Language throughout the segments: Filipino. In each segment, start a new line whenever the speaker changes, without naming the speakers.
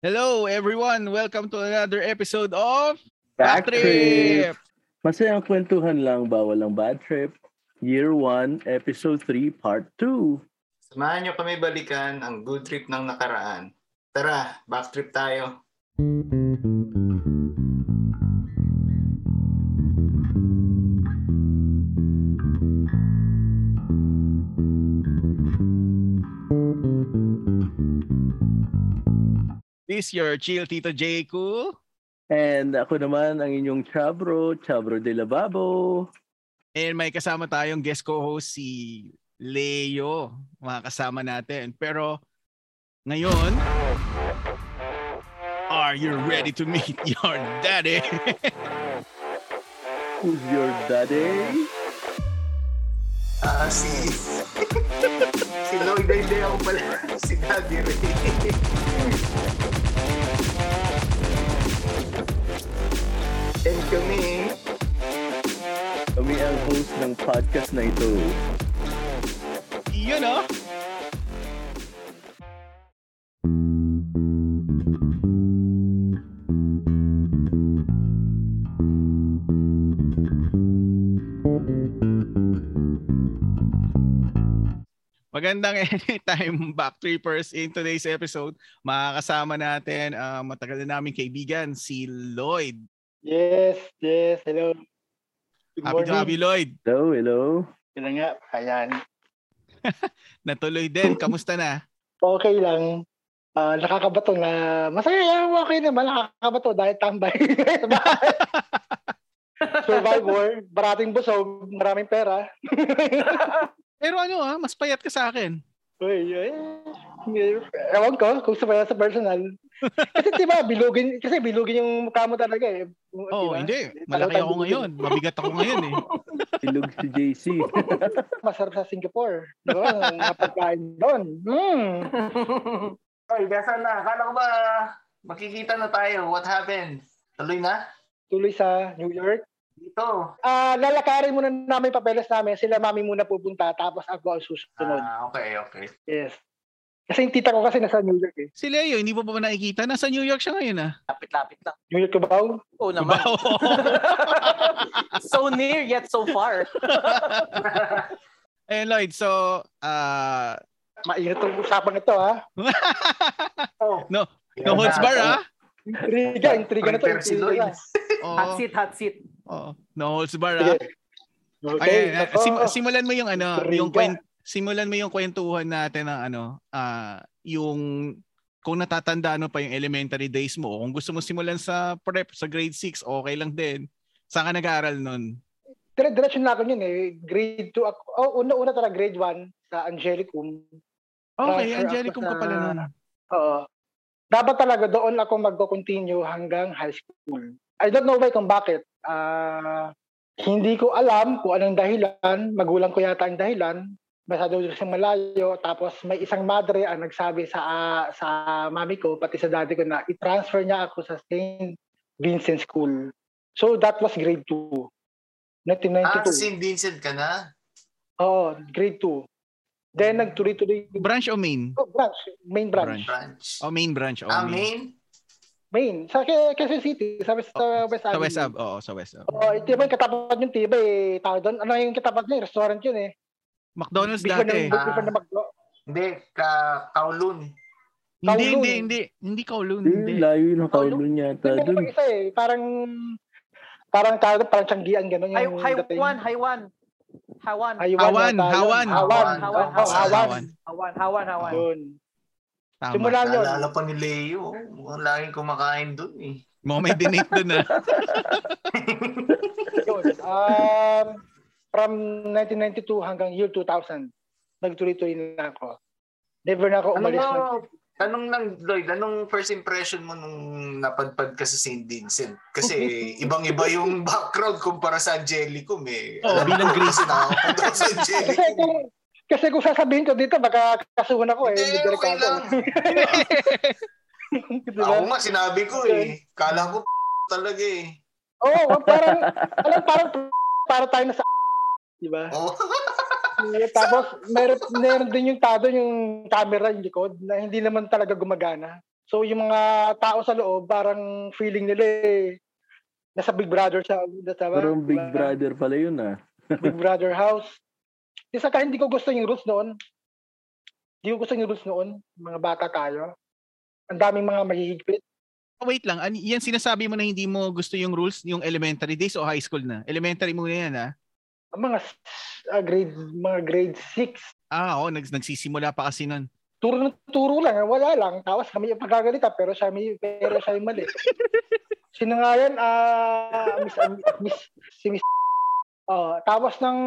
Hello everyone, welcome to another episode of
Back trip! Masayang kwentuhan lang, bawal ang bad trip. Year 1, Episode 3, Part 2.
Samahan niyo kami balikan ang good trip ng nakaraan. Tara, back trip tayo.
This your chill Tito Jayco.
And ako naman ang inyong Chabro, Chabro de Lavabo.
And may kasama tayong guest co-host si Leo, mga kasama natin. Pero ngayon, are you ready to meet your daddy?
Who's your daddy?
Ah, si... si Lloyd Aideo pala. Si Daddy Ray. And kami,
Kami ang host ng podcast na ito.
you know? Magandang anytime back trippers in today's episode. Makakasama natin ah, matagal na naming kaibigan si Lloyd.
Yes, yes. Hello. Good
Happy to have you Lloyd.
Hello, hello.
Yun na nga. Ayan.
Natuloy din. Kamusta na?
Okay lang. Ah, nakakabato na. Masaya. Okay naman. Nakakabato dahil tambay. Survivor. Barating busog. Maraming pera.
Pero ano ah, mas payat ka sa akin.
Uy, eh, ewan ko kung sa, sa personal. Kasi diba, bilugin, kasi bilugin yung mukha mo talaga eh.
Oo, oh,
Diba?
hindi. Malaki ako ngayon. Mabigat ako ngayon eh.
Ilog si JC.
Masarap sa Singapore. Diba? Ang pagkain doon. Mm.
Oy, gasan na. Akala ko ba makikita na tayo? What happened? Tuloy na?
Tuloy sa New York.
Dito.
Ah, lalakarin muna namin yung papeles namin. Sila mami muna pupunta tapos ako ang susunod.
Ah, okay, okay.
Yes. Kasi yung tita ko kasi nasa New York eh.
Si Leo, hindi mo pa ba nakikita? Nasa New York siya ngayon ah.
Lapit-lapit lang.
New York oh? Cubao.
Oo naman.
Ba?
so near yet so far.
Ayun Lloyd, so ah
Maingat tong usapan ito ha.
Oh,
No, no holds bar ah.
Intriga, intriga na to.
Prepare Ah, si
intriga
Lloyd.
na.
Hot
Oo.
seat, hot seat.
oo. No holds bar ah.
Okay.
Ayun, ah,
nako.
sim- simulan mo yung ano,
Intriga.
yung kwen- simulan mo yung kwentuhan natin ng ano, ah yung kung natatandaan mo pa yung elementary days mo, o kung gusto mo simulan sa prep, sa grade 6, okay lang din. Saan ka nag-aaral nun?
Dire-diretso na ako yun eh. Grade 2 ako. Oh, una-una talaga grade 1 sa Angelicum.
Okay,
Transfer
Angelicum
ako
ka pala
sa-
nun.
Oo. Dapat talaga doon ako magko-continue hanggang high school. I don't know why kung bakit. Ah, hindi ko alam kung anong dahilan. Magulang ko yata ang dahilan. Basta daw sa malayo. Tapos may isang madre ang nagsabi sa ah, sa mami ko, pati sa daddy ko na i-transfer niya ako sa St. Vincent School. So that was grade 2.
Ah,
1992.
St. Vincent ka na?
Oo, grade 2. Then nagtuloy-tuloy.
Branch o main?
Oh, branch. Main branch.
Branch.
O main branch. O
Ah,
main.
main?
Main. Sa Ke- Quezon City, sa West, sa
Oh,
West
Sa
Avenue.
West Ab. Oo, sa West Ab.
Oo, ito yung katapat yung tibay eh. Tawag doon. Ano yung katapat niya? Restaurant yun eh.
McDonald's
Before
dati. eh.
ng- before ng Magdo.
Hindi, ka Kowloon.
Hindi,
Kowloon.
hindi, hindi. Hindi Kowloon,
Hindi,
hindi.
layo ng kaulon yata
Hindi
dun.
naman isa eh. Parang, parang tawag doon, parang tiyanggian, gano'n
Hay
yung dating.
Haywan, Haywan. Haywan.
Hawan,
yata yun.
hawan.
Hawan.
Hawan,
Oh,
hawan.
hawan.
Hawan, hawan, hawan.
Yun.
Tama.
Simula yun.
Naalala pa ni Leo. Mukhang laging kumakain dun eh.
Mo may dinate dun ah.
yun. Um, from 1992 hanggang year 2000, nagtuloy-tuloy na ako. Never na ako
Ano
umalis. ng-
nga, tanong lang Lloyd, anong first impression mo nung napadpad ka sa St. Vincent? Kasi ibang-iba yung background kumpara sa Angelicum eh.
Oh,
Oo, bilang
grade na ako sa
Kasi
Angelicum.
kung, kasi kung sasabihin ko dito, baka kasuhan ako eh.
Hindi,
Hindi
okay
delikado.
lang.
Diba?
Ako nga, sinabi ko eh. Kala ko talaga eh.
Oo, oh, parang, alam, parang, para tayo na sa diba? di ba?
Oh.
Tapos, meron, meron din yung tado yung camera, yung likod, na hindi naman talaga gumagana. So yung mga tao sa loob, parang feeling nila eh, nasa Big Brother siya. Nasa,
Parang Big Brother pala yun ah.
Big Brother house. Kasi saka hindi ko gusto yung rules noon. Hindi ko gusto yung rules noon. Mga bata tayo. Ang daming mga mahihigpit.
Oh, Wait lang, an- yan sinasabi mo na hindi mo gusto yung rules, yung elementary days o high school na? Elementary muna yan ah. ha?
Ang mga s- ah, grade, mga grade 6.
Ah, oo, nags- nagsisimula pa kasi nun.
Turo ng turo lang. ah, Wala lang. Tapos kami yung pagkagalita pero siya may, pero siya yung mali. Sino nga yan? Ah, miss, ah, miss, si Miss Oh, tapos ng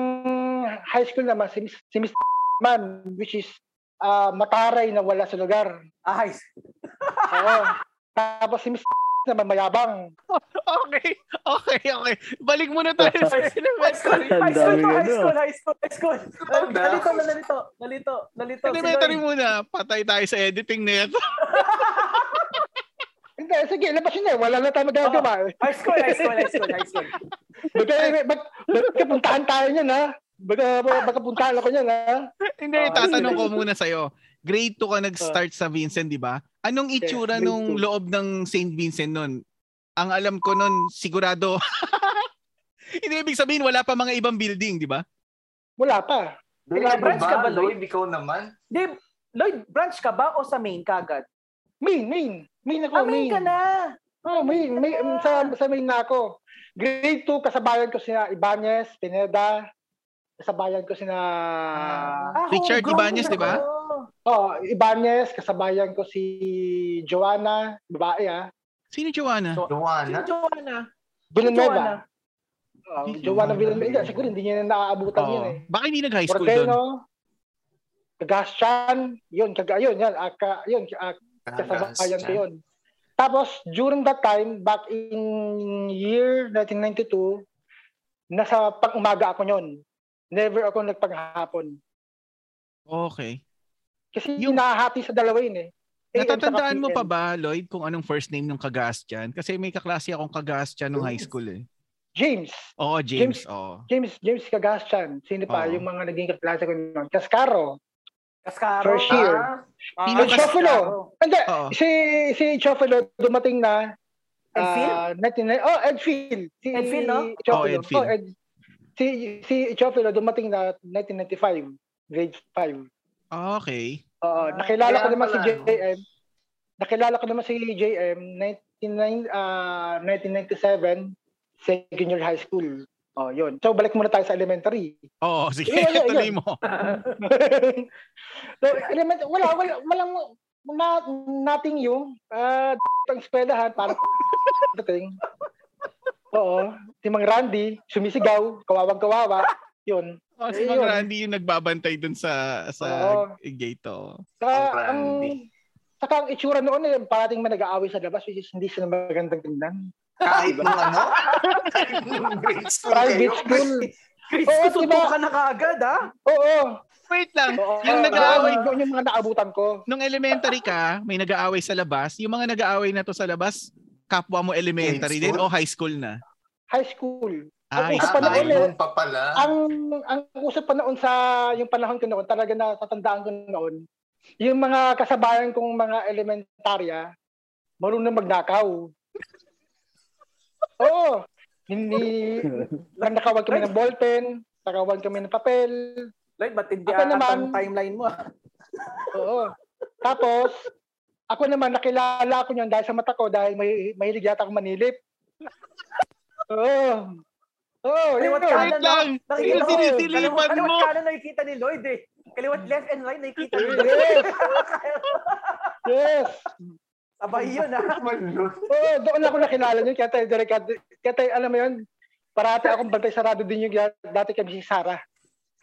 high school naman, si Miss, si Miss Man, which is ah, mataray na wala sa lugar.
Ay,
Oo. Tapos si Miss naman mayabang.
Okay, okay, okay. Balik muna tayo sa
high
elementary.
school, high
Ang
school,
daming
high school,
ano.
high school, high school. Nalito, nalito, nalito, nalito.
elementary muna. Patay tayo sa editing na ito.
Hindi, sige, labas yun eh. Wala na tayo magagawa. eh.
High school, high school, high school, high school.
Baga, bag, baga puntahan tayo niyan ha. Baga, baga puntahan ako niyan ah. ha.
Hindi,
Oh,
tatanong ko
sige.
muna sa'yo. Grade 2 ka nag-start sa Vincent, di ba? Anong
Yes,
itsura
grade
nung
two.
loob ng St. Vincent nun? Ang alam ko nun, sigurado. Hindi ibig sabihin, wala pa mga ibang building, di ba?
Wala pa.
Lloyd,
Ilang
ano
branch ka ba,
ba?
Lloyd?
Lloyd, ikaw naman.
Di, Lloyd, branch ka ba o sa main kagad?
Main, main. Main ako,
Ah,
main.
main ka na.
Oh, main, main. Sa, sa main na ako. Grade 2, kasabayan ko sina Ibanez, Pineda. Kasabayan ko sina...
Ah,
Richard
homegrown
Ibanez,
ka
di ba?
Oo.
Oh, Ibanez, kasabayan ko si Joanna, babae ah.
Sino Joanna?
So- Sino
Joanna.
Joanna?
Villanueva. Oh,
Si
Joanna
Joanna.
Villanueva. Hindi, Siguro hindi niya na naaabutan yun eh.
Oo. Baka hindi nag-high Oh. school doon.
Porteno, Gagashan, yun, kaga, yun, yan, aka, yun, ah, kasabayan ko yun. Tapos, during that time, back in year 1992, nasa pag-umaga ako yun. Never ako nagpaghapon.
Okay.
Kasi
Yung-
yung nahati sa dalawa yun eh. AM saka
Natatandaan mo
PM.
pa ba, Lloyd, kung anong first name ng Kagastian? Kasi may kaklase akong Kagastian nung high school eh.
James.
Oo, James.
James.
Oo.
James, James Kagastian. Sino pa?
Oo.
Yung mga naging kaklase ko noon. Cascaro.
Cascaro.
First year.
Ah,
Pino
Cascaro.
Shuffalo. Hindi,
Oo.
si si Chofilo dumating na
Edfield?
ah, 1990 oh, Edfield. Si
Edfield, no?
Chofilo.
Oh, Edfield.
Ed, si si Chofilo dumating na 1995, grade 5.
Okay.
Oo,
Ah,
nakilala ko
kaya
naman si
pala, no?
JM. Nakilala ko naman si JM 99 ah, 1997 second year high school. Oh, yun. So balik muna tayo sa elementary.
Oo, sige.
Yun, yun, yun.
Tuloy mo.
so, element, wala, wala, walang, na, nothing yung, ah, d- ang eskwelahan, parang, dating. Oo, si Mang Randy, sumisigaw, kawawang-kawawa, yun.
Oh, si
Eh,
Mang
yun.
Randy yung nagbabantay dun sa sa
Oo.
gate oh.
Saka,
Mang
ang,
Randy.
saka ang itsura noon, eh, parating may nag-aaway sa labas, which is hindi sila magandang tingnan.
Kahit nung ano? Kahit nung grade school
Private
kayo.
school.
Chris,
Oo,
tutupo
diba?
ka na kaagad, ah. ha?
Oo.
Wait lang.
Oo.
Yung nag-aaway-
Yun yung mga naabutan ko.
Nung elementary ka, may nag-aaway sa labas. Yung mga nag-aaway na to sa labas, kapwa mo elementary din
Grade school?
o high school na?
High school.
Ah, high
Ako
school.
pa
Ah,
noon eh.
noon pa pala.
ang ang usap pa noon sa yung panahon ko noon, talaga na tatandaan ko noon, yung mga kasabayan kong mga elementarya, marunong magnakaw. Oo. Hindi, nakawag kami ng ballpen, nakawan kami ng papel.
Lloyd, ba't hindi
Ako
akat
naman.
ang timeline mo?
Oo. Tapos, ako naman, nakilala ko yun dahil sa mata ko, dahil may, mahilig yata akong manilip. Oo. Oo, yun.
Kaliwat kanan,
Wait lang.
no? Nakikita
Yung
ko. Ano,
sinisilipan
Kaliwat, kaliwat
mo.
kanan nakikita ni Lloyd, eh. Kaliwat left and right nakikita ni Lloyd.
Yes. Yes.
Sabay yun, ah. ha?
Oo, doon ako nakilala niyo. Kaya tayo, direct, kaya tayo, alam mo yun, parati akong bantay sarado din yung dati kami si Sarah.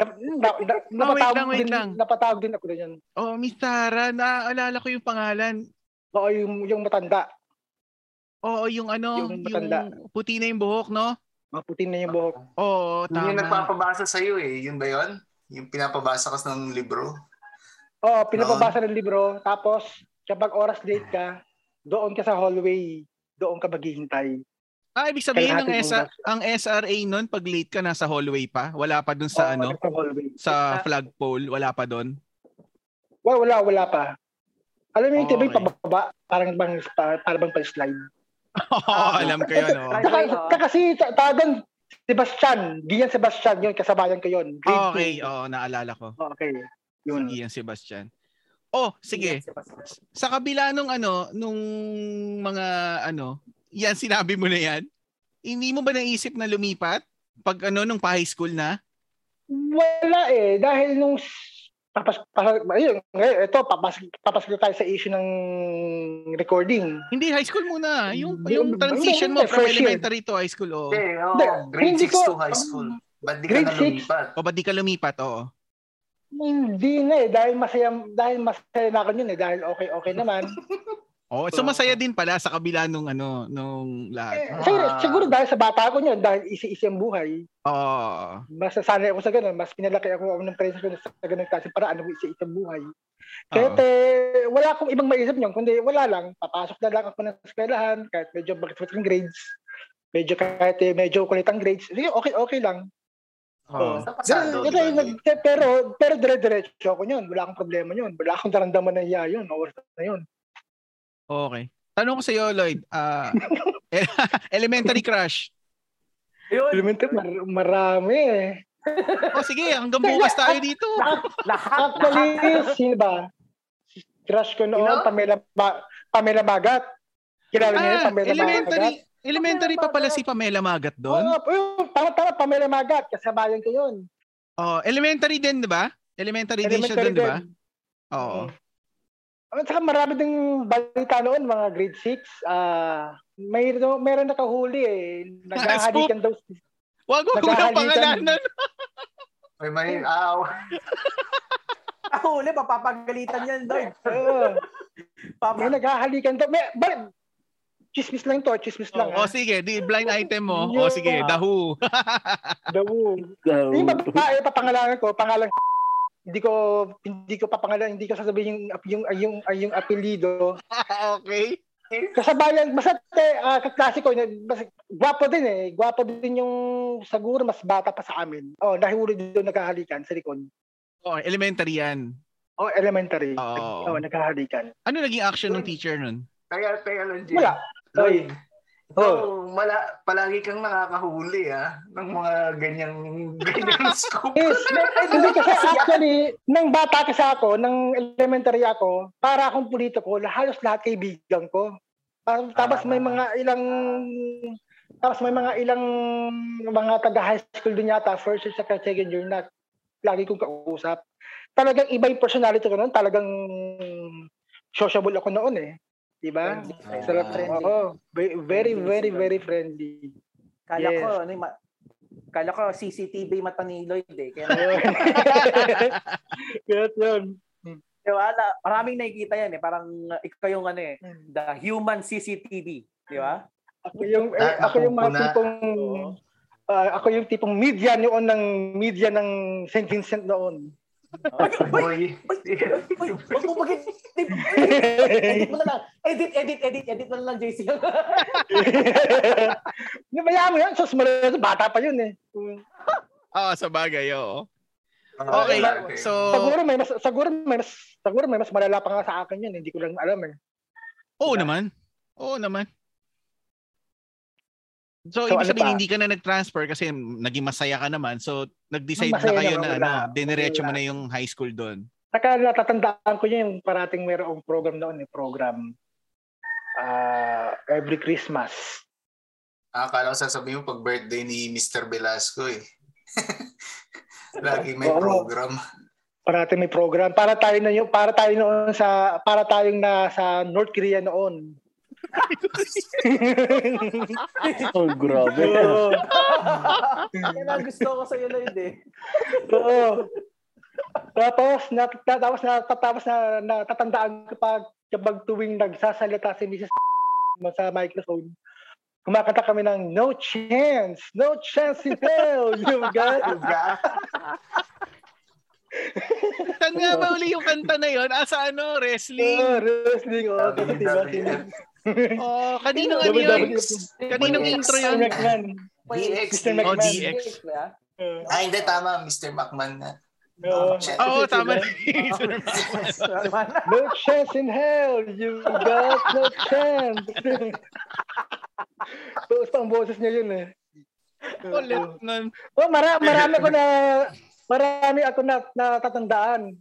Nap- na- na- napatawag
lang, Oh, wait
din,
lang.
napatawag din ako din yun.
Oh, Miss Tara, naaalala ko yung pangalan.
Oo, yung, yung matanda.
Oo, yung ano, yung,
Yung matanda.
puti na yung buhok, no?
Maputin na yung buhok.
Ah. Oo,
Yun
tama.
yung nagpapabasa sa'yo eh. Yun ba yun? Yung pinapabasa ka ng libro?
Oo, pinapabasa ng libro. Tapos, kapag oras late ka, doon ka sa hallway. Doon ka maghihintay.
Ah, ibig sabihin ng
Kalahati ng
SR, ang SRA nun, pag late ka, nasa hallway pa? Wala pa dun sa
Oo,
ano?
Sa hallway.
Sa flagpole? Wala pa dun?
Wala, wala, wala pa. Alam mo yung tibay
Ah, Okay.
pababa, parang bang, pa- parang bang pa-slide.
Oo,
Ah,
alam ko yun. oo.
Try
Saka,
Ay, oo.
saka si Ta- Tadan, Sebastian, Gian Sebastian, yun, kasabayan ko yun. Grade
Oh, Okay,
two.
oo, naalala ko.
Okay. Yun.
Si Ian Sebastian. Oh, sige.
Yes, yes, yes.
Sa kabila nung ano, nung mga ano, yan sinabi mo na yan. Hindi mo ba naisip na lumipat? Pag ano, nung pa-high school na?
Wala eh. Dahil nung s- papas, papas, ayun, ngayon, ito, papas, papas na tayo sa issue ng recording.
Hindi, high school muna. Yung,
Hindi,
yung
hindi,
transition mo
hindi,
from
first year.
elementary to high school, oo.
Hindi, oo.
Hindi,
grade
hindi
6
ko-
to high school. Ba't di ka
Grade
na
six?
lumipat?
O ba di ka lumipat, oo.
Hindi na eh. Dahil masaya, dahil masaya na ako yun eh. Dahil okay-okay naman.
Oh, so masaya din pala sa kabila nung ano, nung
Eh,
lahat.
siguro,
Ah.
siguro dahil sa bata ko yun, dahil isi-isi ang buhay,
Oo.
mas nasanay ako sa ganun, mas pinalaki ako ng parents ko sa ganun kasi para ano isi-isi ang buhay.
Oo.
Kahit eh, wala akong ibang maisip niyon, kundi wala lang, papasok na lang ako ng eskwelahan, kahit medyo bakit ang grades, medyo kahit eh, medyo kulit ang grades, sige, okay, okay lang.
Oo.
Basta pasado,
Yun-
di ba?
yun- yun- pero, pero dire-diretso ako yun, wala akong problema yun, wala akong daramdaman na iya yun, oras na yun.
Okay. Tanong ko sa iyo, Lloyd. ah, elementary crush.
Yun.
Elementary, mar- marami eh.
O Oh, sige, hanggang bukas tayo dito.
Lahat.
Actually, sino ba? Crush ko noon,
Sino?
Pamela, Ma- Pamela Magat. Kilala niyo yun,
Ah,
Pamela Magat?
elementary, elementary pa pala
Pamela Magat.
si Pamela Magat doon.
Oo, oh, tama, tama, Pamela Magat. Kasabayan ko yun.
Oh, elementary din, 'di ba? Elementary, din siya doon, 'di ba? Oo.
At saka marami ding balita noon, mga grade 6. Ah, may meron nakahuli eh. Naghahalikan daw. si-
Wag ko kung
Naghahalikan.
pangalanan.
May may Ah, oh. aw.
Ako ulit, papapagalitan yan, Lord.
Oo, may
Papa-
naghahalikan daw. May, bal- chismis lang to, chismis
Oh,
lang. ah.
oh, sige, di blind item mo.
Yun.
Oh, sige, dahu.
The Woo.
So,
Yung babae, papangalanan eh, ko, pangalan hindi ko hindi ko papangalan, hindi ko sasabihin yung yung yung, yung apelyido. Ah,
okay.
Kasabayan basta te, ah, kaklase ko, basta, gwapo din eh. Gwapo din yung siguro mas bata pa sa amin. Oh, nahuli doon nagkahalikan sa likod.
Oh, elementary 'yan.
Oh, elementary.
Oo.
Oh, nagkahalikan.
Ano naging action ng teacher nun?
Kaya, kaya lang, Jay.
Wala.
Lloyd,
Oh.
no, mala, palagi kang nakakahuli, ah, ng mga ganyang, ganyang scoop.
Yes, na- hindi kasi actually, nang bata kasi ako, nang elementary ako, para akong pulito ko, halos lahat kaibigan ko. Parang, tapos may mga ilang, tapos may mga ilang mga taga high school din yata, first year, second, second year na lagi kong kausap. Talagang iba yung personality ko noon, talagang sociable ako noon eh. Diba?
Friendly,
Sarap
friendly.
Oo. Ve- Very, very, very friendly.
Kala
Yes.
ko, ano, yung ma- kala ko CCTV mata ni Lloyd eh. Kaya
Yes, yun.
Di ba? Na- Maraming nakikita yan eh. Parang uh, ikaw yung ano eh.
Hmm.
The human CCTV. Di ba?
Ako yung eh,
Na-
ako yung mga
napupuna.
tipong
Oo.
ah, ako yung tipong media noon ng media ng St. Vincent noon.
Boy.
Uy, huwag mo mag Edit mo na lang. Edit, edit, edit, edit mo na lang, JC.
Nabayaan mo yun, sus, mali- bata pa yun eh.
Ah, sa bagay, oo.
Ah,
Okay.
malaki.
So,
Siguro may mas siguro may mas siguro may mas malala pa nga sa akin yun, hindi ko lang alam eh.
oo naman. Oo naman. So,
So,
ibig
ano
sabihin,
pa?
hindi ka na nag-transfer kasi naging masaya ka naman. So, nag-decide
Masaya
na kayo
naman
na,
wala.
ano, diniretso mo
Wala.
na yung high school doon.
Saka natatandaan ko yun, yung parating mayroong program noon eh, program ah every Christmas.
Ah, Akala ko sasabihin mo pag birthday ni Mr. Velasco eh. Lagi may
Oo.
program.
Parating may program. Para tayo na yung para tayo noon sa para tayong nasa North Korea noon.
oh, grabe.
Oo.
Yan ang gusto ko sa'yo, Lloyd eh.
Oo. Tapos, nat, nat- tapos, na, tapos na, natatandaan ko pa kapag tuwing nagsasalita si Mrs. sa microphone, kumakanta kami ng no chance, no chance in hell, you got it.
Tan nga ba uli yung kanta na yon? Ah, sa ano, wrestling?
Oh, wrestling, oh, tapos diba, si
Oh, kanino ano yun?
WWE.
Kaninong intro
Mr.
yun?
McMahon.
DX.
Mr.
Oh,
McMahon.
DX.
ba?
Uh,
Ah, hindi tama, Mr. McMahon na.
Oo,
Oo. Kasi
tama.
sila,
Diba?
No chance in hell. You got no chance. Tuos pang boses niya yun eh.
Ulit nun.
Oh, mara marami ko na marami ako na natatandaan.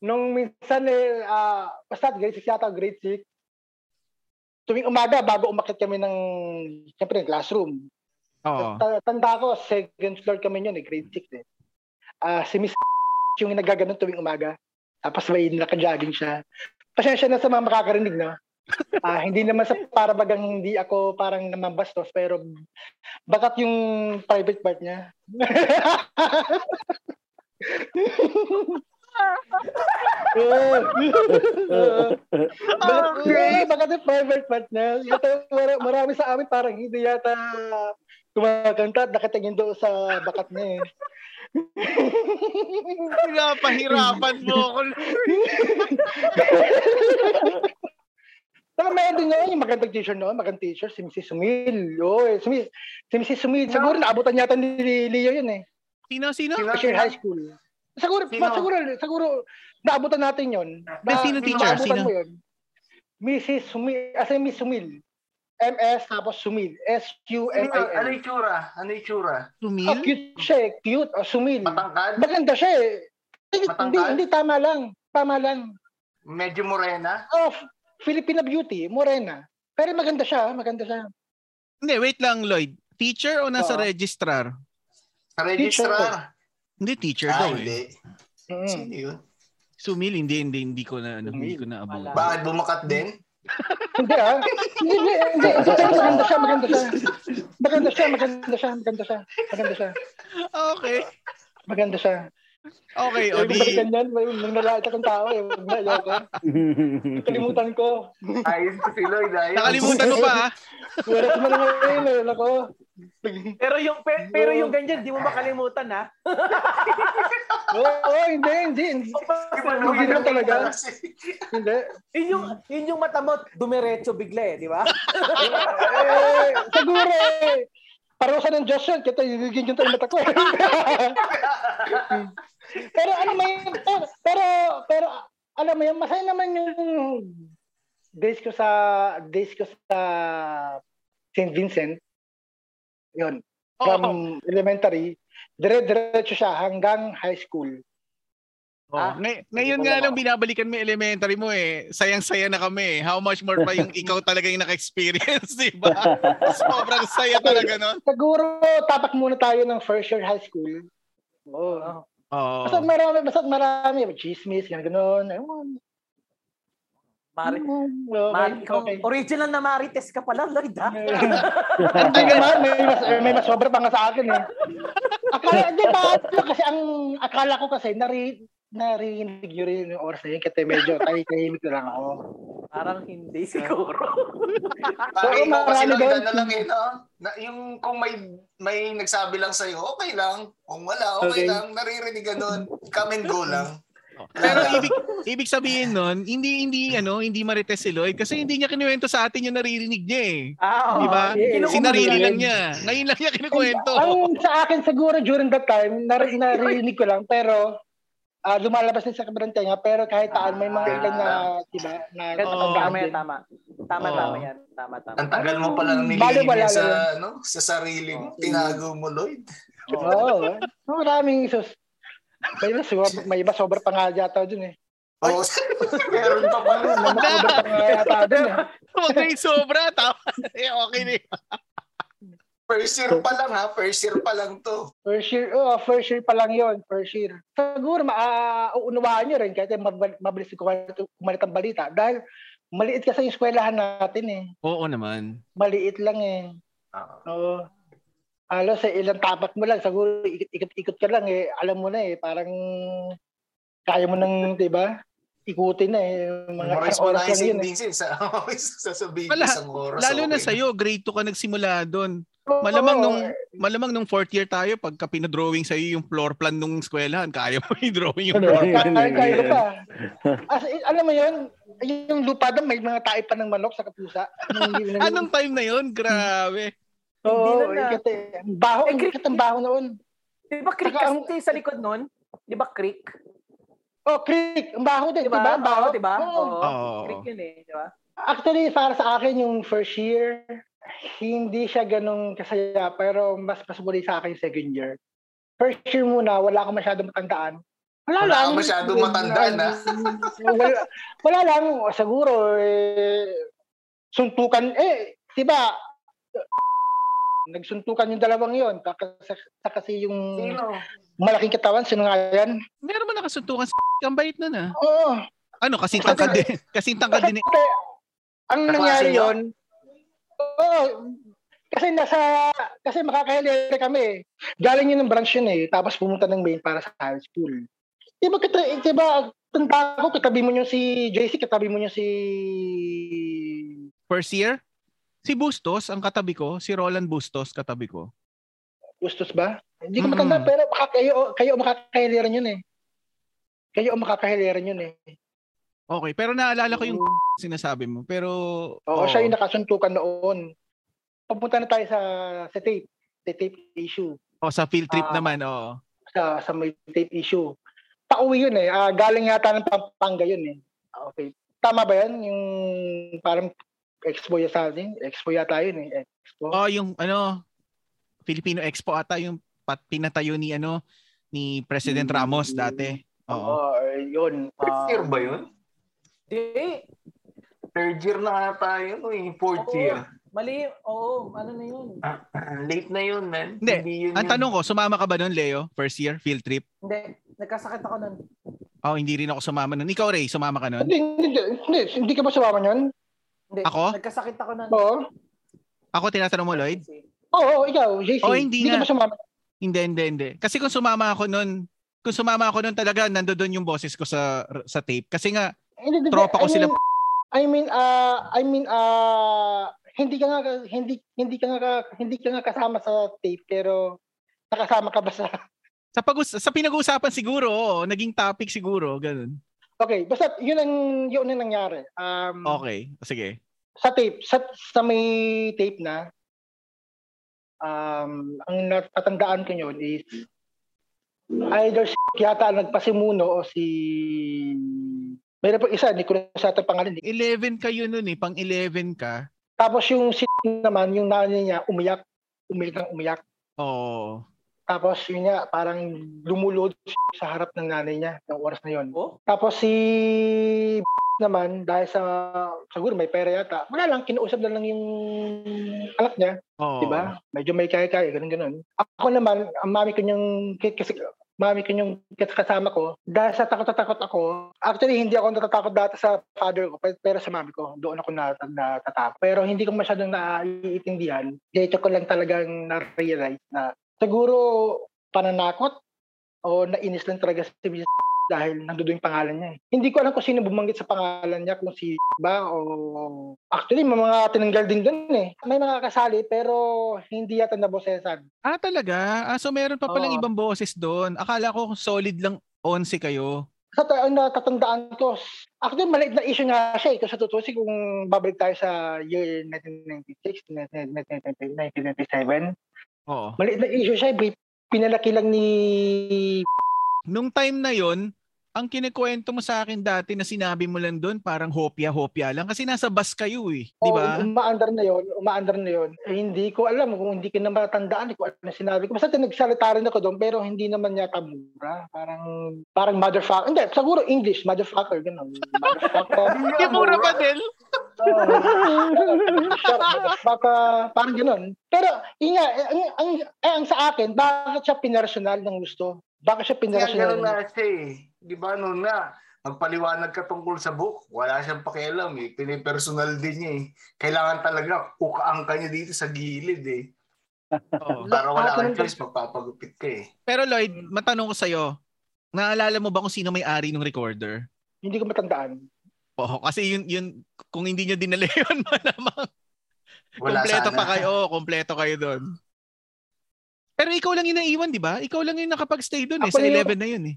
Nung minsan eh ah, basta grade 6 yata, grade 6. Tuwing umaga bago umakyat kami ng siyempre ng classroom.
Oo.
Ta- Tanda ko second floor kami yun eh, grade 6 eh. Ah, si Miss yung nagaganon tuwing umaga. Tapos may naka-jogging siya. Pasensya na sa mga makakarinig, no? Ah, hindi naman sa para bagang hindi ako parang namambastos, pero bakat yung private part niya. Bakat-
Okay.
Bakat yung private part niya. Yata- mara- Marami sa amin parang hindi yata kumakanta at nakatingin doon sa bakat niya eh.
Pinapahirapan mo ako.
Saka meron din noon, yung magandang teacher noon, magandang teacher, si Mrs. Sumil. Oy, Sumil, si Mrs. Sumil, siguro naabutan yata ni Leo yun eh.
Sino, sino?
Sino?
Teacher high school. Siguro,
Sino?
ma, siguro, siguro, naabutan natin yun.
Hindi, sino teacher?
naabutan
Sino?
mo yun. Mrs. Sumil, as in Miss Sumil. MS tapos
Ano
Sumil.
yun? Ano
S-U-M-I-L.
yung tsura? Ano yung tsura?
Oh,
Tumil?
cute siya eh. Cute. Oh, Sumil.
Matangkad?
Maganda siya eh. Hindi,
Matangkad?
hindi, hindi, tama lang. Tama lang.
Medyo morena?
Oh, Filipina beauty, morena. Pero maganda siya, maganda siya.
Hindi, wait lang, Lloyd. Teacher o nasa
Oo.
registrar?
Sa Registrar?
Hindi, teacher
Ah,
daw eh.
hindi.
Hmm.
Sino yun?
Sumil, hindi, hindi, hindi ko na, ano, hindi
Sumil.
ko na abot.
Wala.
Bakit bumakat din?
Hindi ah. Hindi, hindi, hindi. Pero maganda siya, maganda siya. Maganda siya, maganda siya, maganda siya. Maganda siya.
Okay.
Maganda siya.
Okay,
Eh,
o
Kung bakit
di,
ganyan, may may nalait akong tao eh. Huwag na, ayoko. Kalimutan ko.
Ayun si Lloyd. Ayun.
nakalimutan mo pa ah.
Wala ko na lang ngayon eh. Nako.
Pero yung pe- pero yung ganyan, di mo makalimutan ha.
Oo, oo, hindi, hindi. hindi.
Iba
Hindi
naman
naman talaga.
kasi.
Hindi.
Yun yung yun yung mata mo dumiretso bigla eh, di ba?
Eh, siguro eh. Parusa ng Diyos yun. Kita yung tayo mata ko. pero ano may pero, pero pero alam mo yun, masaya naman yung days ko sa days ko sa St. Vincent. Yun. From
Oo.
elementary. Dire-diretso siya hanggang high school.
Oh, ngay- ngayon nga lang binabalikan mo yung elementary mo eh. Sayang-saya na kami eh. How much more pa yung ikaw talaga yung naka-experience, di ba? Sobrang saya talaga nun.
Siguro tapak muna tayo ng first year high school. Oo.
Oo.
Basta marami, basta marami. Chismis, gano'n, gano'n. Ayun.
Mari,
Mm. Oo,
Mari, ikaw,
okay.
original na Marites ka pala, Lloyd ha.
Hindi naman, may mas, may mas sobra pa nga sa akin eh. Akala, di ba, ano, kasi ang akala ko kasi, nari, narinig nyo rin yung oras na yun, kasi medyo tahimik na lang ako.
Parang hindi siguro.
Oo,
Bakit mo kasi
marami
lang
doon.
na lang eh, no? Na, yung kung may may nagsabi lang sa'yo, okay lang. Kung wala, okay,
Okay.
lang. Naririnig ganun. Come and go lang.
Pero ibig ibig sabihin nun, hindi hindi ano, hindi marites si Lloyd kasi hindi niya kinuwento sa atin yung naririnig niya eh.
Ah,
Di
oo.
ba?
eh,
Kinukumpara.
Sinarili lang niya. Ngayon lang niya kinukwento.
Ang sa akin siguro during that time, nari, narinig ko lang, pero ah, lumalabas din sa kamerang tenga, pero kahit taan, may
Ah,
mga ilan na, diba, na
Oo.
Tama yan,
tatandaan
tama. Tama,
Oo.
tama yan. Tama, tama.
Ang tagal mo palang
Bale,
nililin
wala
sa,
lang.
ano, sa sarili mo. Tinago mo, Lloyd.
din. Oo, oh, maraming sus. May iba, sobra- may iba sobra pa nga yata dun eh.
Oo. meron pa pa.
May iba sobra pa nga yata dun eh.
Huwag na yung sobra. Tama. Eh, okay na yun.
First year pa lang ha. First year pa lang to.
First year, oh, first year pa lang yon first year. Siguro, mauunawaan nyo rin, kahit mab- mabilis kumalit, kumalit ang balita. Dahil, maliit kasi yung eskwelahan natin eh.
Oo naman.
Maliit lang eh.
Ah.
Oo. Alos, eh, ilang tapak mo lang, siguro, ikot- ikot-ikot ka lang eh. Alam mo na eh, parang, kaya mo nang, di ba? Ikutin na eh. yung Mga
Memories
isang
mo
oras
na
lang yun
yung
eh.
din sin. Sa, oh, sasabihin
Wala.
ko isang oras.
Lalo na
okay.
sa'yo, grade 2 ka nagsimula doon. Malamang
Oo. eh.
nung malamang nung fourth year tayo, pagka pinadrawing sa'yo yung floor plan nung eskwelahan, kaya mo i-drawing yung
Ano?
floor.
Kaya-
Ganun,
kaya ko
ganun.
pa. As, in, alam mo yun, yung lupa doon, may mga tae pa ng manok sa kapusa. Hindi na-
Anong time na yun? Grabe.
Oo,
Hindi na na.
ikat eh. Ang baho,
Eh,
ang
Greek-
ikat ang baho noon.
Di ba creek
Saka
kasi
ang-
sa likod nun? Di ba creek?
Oh, creek. Ang baho din.
Di
Diba?
ba?
Ang baho.
Oo, di ba?
Oo.
Oo.
Oo.
Creek yun eh, di ba?
Actually, para sa akin, yung first year, hindi siya ganun kasaya, pero mas pasubuli sa akin yung second year. First year muna, wala akong masyadong matandaan. Wala,
Wala
lang.
kang masyadong matandaan, ha?
wala, wala lang. Siguro, eh, suntukan. Eh, di ba, nagsuntukan yung dalawang yon Saka kasi yung
Sino?
malaking katawan, sinungayan.
Meron ba nakasuntukan sa ang bait nun ah.
Oo.
Ano, kasi tangkad din. Kasi tangkad din. eh.
Kasi, ang
Kaklase
nangyari
niyo?
yun, oo, kasi nasa, kasi makakahilera kami eh. Galing yun ng branch yun eh, tapos pumunta ng main para sa high school. Diba, kita, diba, tanda ko, katabi mo nyo si JC, katabi mo nyo si...
First year, si Bustos, ang katabi ko, si Roland Bustos, katabi ko.
Gustos ba? Hindi ko
Mm.
matanda, pero baka kayo, kayo ang makakahiliran yun eh. Kayo ang makakahiliran yun eh.
Okay, pero naalala ko yung sinasabi mo. Pero,
Oo, siya yung nakasuntukan noon. Pupunta na tayo sa, sa tape, sa tape issue.
oh, sa field trip
Ah.
naman, oo.
sa sa may tape issue. Pauwi yun eh. Ah, galing yata ng Pampanga yun eh. Okay. Tama ba yan? Yung parang expo yata sa atin? Expo yata yun eh. Expo.
Oh, yung ano, Filipino Expo ata yung pat, pinatayo ni ano, ni President Ramos dati. Oo.
Oo, Ah, yun.
Fourth
Ah,
year ba yun?
Di,
Third year na nga tayo, no? eh. Fourth
Oo.
year.
mali. Oo, ano na yun?
Ah, ah, late na yun, man.
Hindi.
yun
Ang
yun.
tanong ko, sumama ka ba nun, Leo? First year, field trip?
Hindi, nagkasakit ako nun.
Oh, hindi rin ako sumama nun. Ikaw, Ray, sumama ka nun?
Hindi, hindi, hindi, hindi ka ba sumama yun?
Hindi,
Ako?
Nagkasakit ako nun.
Oo.
Ako, tinatanong mo, Lloyd?
Kasi-
Oo, oo, ikaw, JC.
Oo, hindi
ka
nga.
ba sumama?
Hindi, hindi, hindi. Kasi kung sumama ako nun, kung sumama ako nun talaga, nandoon yung boses ko sa sa tape. Kasi nga,
Hindi, hindi,
Tropa ko
I mean-
sila.
I mean, ah, I mean, ah, hindi ka nga, hindi, hindi ka nga, hindi ka nga kasama sa tape, pero nakasama ka ba sa
sa pag sa pinag-uusapan siguro, oo, naging topic siguro, ganun.
Okay, basta yun ang yun ang nangyari. Um,
Okay, sige.
Sa tape, sa, sa may tape na, um, ang natatandaan ko yun is either si yata ang nagpasimuno o si... Meron pa isa, hindi ko na sa ang pangalan. eh.
11 kayo nun eh, pang 11 ka.
Tapos yung si naman, yung nanay niya, umiyak, umiyak ng umiyak.
Oo.
Tapos yun niya, parang lumulod sa harap ng nanay niya ng oras na yun.
Oh?
Tapos si naman, dahil sa, siguro may pera yata, wala lang, kinausap na lang yung anak niya,
Oo.
di ba? Diba? Medyo may kaya-kaya, ganun-ganun. Ako naman, ang mami ko niyang, kasi mami ko yung kasama ko, dahil sa takot-takot ako, actually hindi ako natatakot dati sa father ko, pe- pero sa mami ko, doon ako nat- natatakot. Pero hindi ko masyadong naiintindihan. Dito ko lang talagang na-realize na siguro pananakot o nainis lang talaga si Mrs. dahil nandoon yung pangalan niya. eh. Hindi ko alam kung sino bumanggit sa pangalan niya, kung si ba o... Actually, may mga tinanggal din doon eh. May mga kasali pero hindi yata nabosesan.
Ah, talaga? Ah, so meron pa palang
Oo.
ibang boses doon. Akala ko solid lang 11 kayo.
Sa ta- ang natatandaan ko, s- actually maliit na issue nga siya eh. Kung sa tutusin, kung babalik tayo sa year 1996, 1997,
Oo.
maliit na issue siya eh. Bi- Pinalaki lang ni...
Nung time na yon, ang kinikwento mo sa akin dati na sinabi mo lang doon, parang hopya-hopya lang. Kasi nasa bus kayo eh. Di ba?
Oh, umaandar na yon, umaandar na yon. Eh, hindi ko alam kung hindi ko na matandaan kung ano sinabi ko. Basta nagsalita rin ako doon pero hindi naman yata mura. Parang parang motherfucker. Hindi, siguro English, motherfucker ganun. Motherfucker.
Hindi mura pa din.
baka parang ganun. Pero yun nga, eh, ang, ang, eh, ang sa akin, bakit siya pinarsonal ng gusto? Bakit siya
Kaya
pinarsonal?
ganun
ng-
na siya eh. Di ba noon na, magpaliwanag ka tungkol sa book, wala siyang pakialam eh. Pinipersonal din niya eh. Kailangan talaga kukaang ka niya dito sa gilid eh.
Oo.
Para wala
Lahat
kang
ng-
choice, magpapagupit ka eh.
Pero Lloyd,
Mm.
matanong ko sa'yo, naalala mo ba kung sino may-ari ng recorder?
Hindi ko matandaan.
Oo, kasi yun, yun, kung hindi nyo dinala yun, malamang
Wala
kompleto
sana.
pa kayo. Oo, kompleto kayo doon. Pero ikaw lang yung naiwan, di ba? Ikaw lang yung nakapag-stay doon eh. Sa
Ako yung-
11 na yun eh.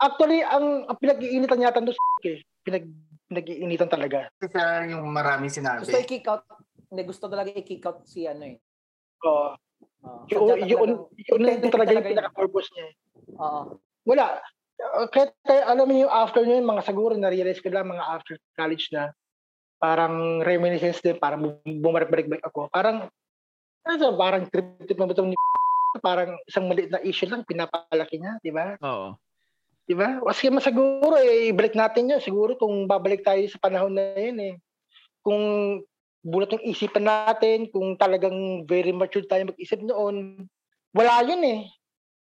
Actually, ang, ang pinag-iinitan yata doon, eh. Pinag, pinag-iinitan talaga.
Kasi siya yung maraming sinabi.
Gusto i-kick out. Hindi, gusto talaga i-kick out si ano eh.
Oo.
Oo.
Yun,
Sadya
yun,
talagang-
yun, lang
intended
talaga
talaga
yung
yun.
pinaka-purpose niya. eh.
Oo.
wala. Uh, Kahit, kahit alam mo yung after nyo, yung mga siguro na-realize ko lang mga after college na parang reminiscence din, parang bum- bumalik-balik ako. Parang, ano sa, parang trip-trip na ba itong ni parang isang maliit na issue lang, pinapalaki niya, di ba?
Oo.
Di ba? Diba? Kasi mas siguro, eh, ibalik natin yun. Siguro kung babalik tayo sa panahon na yun eh. Kung bulat ng isipan natin, kung talagang very mature tayo mag-isip noon, wala yun eh.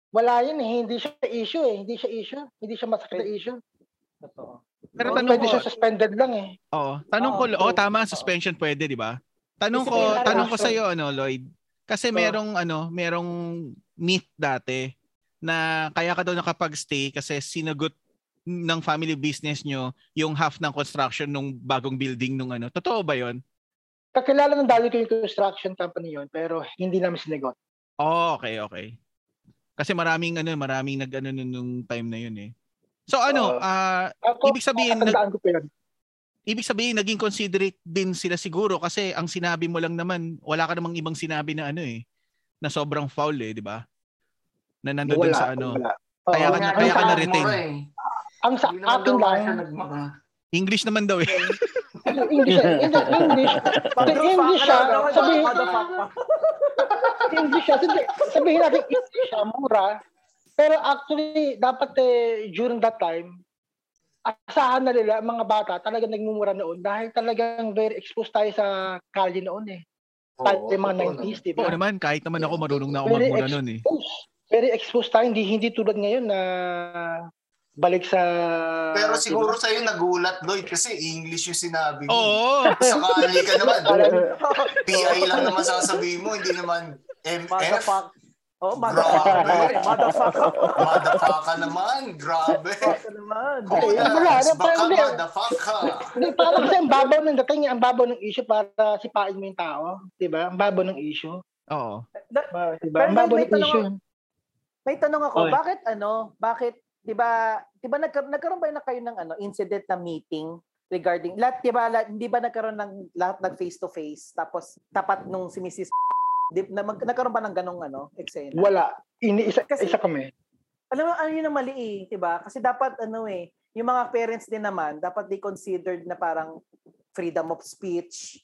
Wala yun eh. Hindi siya issue eh. Hindi siya issue. Hindi siya masakit na issue.
Totoo.
Pero
Oo,
tanong
Pwede
ko,
siya suspended lang eh.
oo, tanong ko, oh,
Oo, so-
tama, suspension pwede, di ba? Tanong ko,
Disciplinary
tanong ko
action.
sa iyo ano, Lloyd. Kasi
Oo.
merong ano, merong myth dati na kaya ka daw nakapag-stay kasi sinagot ng family business nyo yung half ng construction nung bagong building nung ano. Totoo ba yon?
Kakilala ng dali ko yung construction company yun, pero hindi namin sinagot.
Oh, okay, okay. Kasi maraming ano, maraming nag ano nun nung time na yun eh. So ano,
Oo.
ah,
Ako,
Ibig sabihin, nag-
natatandaan ko pa yun.
ibig sabihin naging considerate din sila siguro kasi ang sinabi mo lang naman, wala ka namang ibang sinabi na ano eh, na sobrang foul eh, di ba? Na nandoon
Wala.
sa ano.
wala.
Kaya
Oo,
ka na-
ang
kaya ka
sa-
na- na-retain.
Mura, eh.
Ang sa
Hindi naman
akin
daw
lang,
siya nagmaka.
English naman daw eh.
English, English, English, Sa English siya, sabihin, sa English siya, sabi- sabihin natin English siya, mura. Pero actually, dapat eh, during that time, asahan na nila ang mga bata talaga nagmumura noon dahil talagang very exposed tayo sa kalye noon eh. Kalye
Oo,
mga
totoo
90s, di ba?
Oo naman, kahit naman ako marunong na ako
Very
magmura noon eh.
Very exposed tayo, hindi, hindi tulad ngayon na balik sa...
Pero siguro sa'yo nagulat, Lloyd, kasi English yung sinabi mo.
Oo.
Sakali ka naman.
Alam-
PI lang naman sasabihin mo, hindi naman MF.
Motherfuck. Oh,
Grabe.
motherfucker. Motherfucker.
Madafaka naman. Grabe.
Motherfucker naman.
Kuya,
Wala, ano pa
Oh, baka
hindi.
madafaka.
Hindi, parang kasi ang babaw ng dating, ang babaw ng issue para sipain mo yung tao. Di ba? Ang babaw ng issue.
Oo.
Ba, di
Pero
ba? Ang
may-
babaw
may
ng issue.
May tanong ako,
Okay.
bakit ano, bakit, di ba, di ba nagka, nagkaroon ba na kayo ng ano, incident na meeting regarding, lahat, di ba, lahat, hindi ba nagkaroon ng, lahat nag face-to-face, tapos tapat nung si Mrs. Di, na, mag, nagkaroon ba ng ganong ano, eksena?
Wala. Iniisa
Kasi-
isa kami.
Alam mo, ano yun ang mali eh, di ba? Kasi dapat ano eh, yung mga parents din naman, dapat they considered na parang freedom of speech,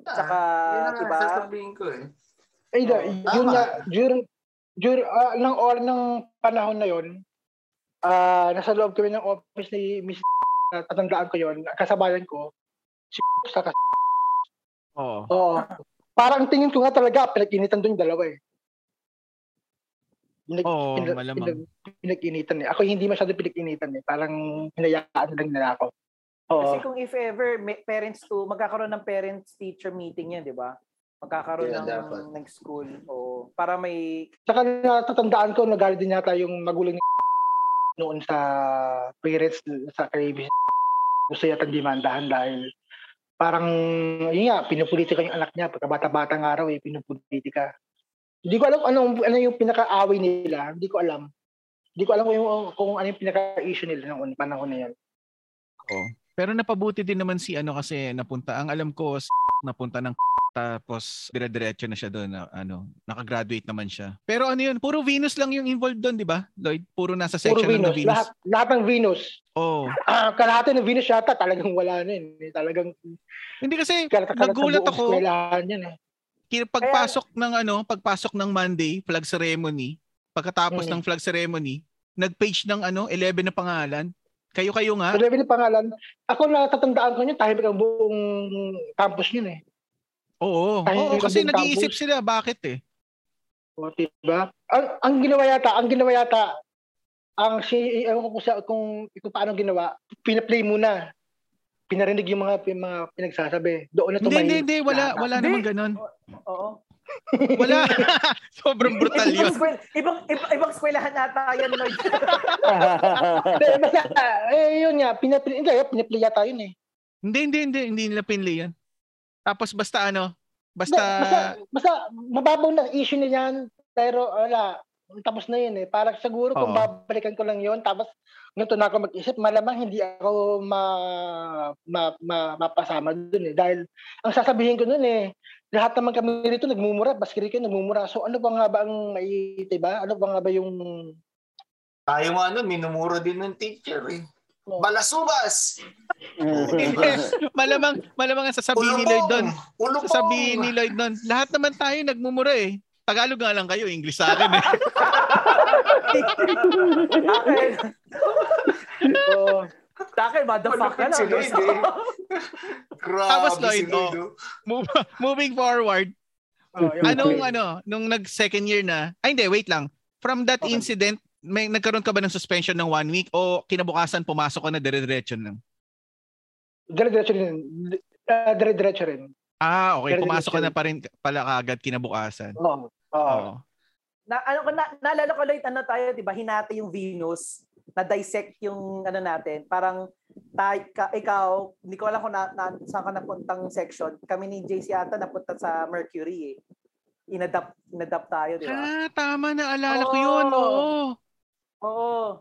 tsaka,
Ah, Yun ang
di
diba?
ba?
sasabihin ko eh.
Ay, da,
Oo.
yun
Tama.
na, during, during, ah, ng or ng panahon na yun, ah, nasa loob kami ng office ni Miss tatandaan ko yun, kasabayan ko, si sa kas-
Oo.
Oo.
Ah.
Parang tingin ko nga talaga, pinag-initan doon yung dalawa eh. Pinag-
Oo,
pinag-
malamang.
pinag- Pinag-initan eh. Ako hindi masyado pinag-initan eh. Parang hinayaan lang nila ako. Oo.
oh.
Kasi kung if ever may parents to magkakaroon ng parents teacher meeting yan, 'di ba? Magkakaroon
Yeah,
ng
dapat.
ng school o para may
Saka natatandaan ko, nagalit din yata yung magulang ni noon sa parents sa kay gusto yata demandahan dahil parang, yun nga, pinupulitika yung anak niya. Pagkabata-bata nga raw eh, pinupulitika. Hindi ko alam kung anong, ano yung pinaka-away nila. Hindi ko alam. Hindi ko alam kung, yung, kung ano yung pinaka-issue nila noon, panahon na yun.
Oo. Pero napabuti din naman si ano kasi napunta. Ang alam ko si napunta ng tapos dire-diretso na siya doon na ano, nakagraduate naman siya. Pero ano yun, puro Venus lang yung involved doon, di ba? Lloyd, puro nasa
Puro
section
Venus,
ng Venus.
Lahat, lahat ng Venus.
Oo.
Ah, kalahati ng Venus yata, talagang wala na yun. Talagang
Hindi kasi
kalat-kalat
nagulat ako.
Kailangan yun eh.
kaya pagpasok ng ano, pagpasok ng Monday, flag ceremony, pagkatapos
Mm.
ng flag ceremony, nag-page ng ano, 11 na pangalan. Kayo-kayo nga.
Sa level ng pangalan, ako na tatandaan ko yun, tahimik ang buong campus yun eh.
Oo.
Ay,
Oo, kasi
Robin
nag-iisip sila bakit eh.
O, diba? Ang, ang ginawa yata, ang ginawa yata, ang si, ewan ko kung, sa- kung, kung paano ginawa, pinaplay muna. Pinarinig yung mga, yung mga pinagsasabi. Doon na
Hindi, hindi,
tumayo.
hindi, wala wala
Hindi.
namang ganun.
oo.
Wala. Sobrang brutal
ibang,
yun.
skwel- ibang ibang ibang eskwelahan ata yan Lloyd.
Hindi, basta, eh, yun nga, pinaplay, hindi, pinaplay yata yun eh.
Hindi, hindi, hindi, hindi nila pinli yan. Tapos basta ano,
Basta,
basta
basta, basta mababaw na issue na yan, pero wala, tapos na yun eh. Parang siguro
Oo.
kung babalikan ko lang yun, tapos ganito na ako mag-isip, malamang hindi ako ma, ma, ma- mapasama dun eh. Dahil ang sasabihin ko nun eh, lahat naman kami rito nagmumura, baskiri ko nagmumura. So ano ba nga ba ang maitiba? Ano ba nga ba yung
Tayo nga nun, minumura din ng teacher eh. Balasubas!
malamang, malamang ang sasabihin ni Lloyd doon.
Ulupong! Ulupong!
Sasabihin ni Lloyd doon, lahat naman tayo nagmumura eh. Tagalog nga lang kayo, English sa akin eh.
Akin.
Oo.
Sa akin, motherfuck ka
Malupit
lang.
si Lloyd eh. Grabe
Tapos
si
Lloyd,
Lloyd.
oh.
oh.
Move- Moving forward,
Oo, yun.
anong ano, nung nag second year na, ay hindi, wait lang. From that
Okay.
incident, may nagkaroon ka ba ng suspension ng one week o kinabukasan pumasok ka na dire-diretso lang?
Dire-diretso rin. Ah, dire-diretso rin.
Ah, okay.
Dire-diretso
Pumasok ka na
lang.
pa rin pala kaagad kinabukasan.
Oo. Oo.
Oo.
na, ano, ko na, naalala ko Lloyd, ano tayo, di ba, hinati yung Venus, na-dissect yung ano natin. Parang tayo, ka, ikaw, hindi ko alam kung na, na, saan ka napuntang section. Kami ni JC ata napunta sa Mercury eh. Inadapt, inadapt tayo, di ba?
Ah, tama na. Alala ko yun.
Oo.
Oo.
Oo.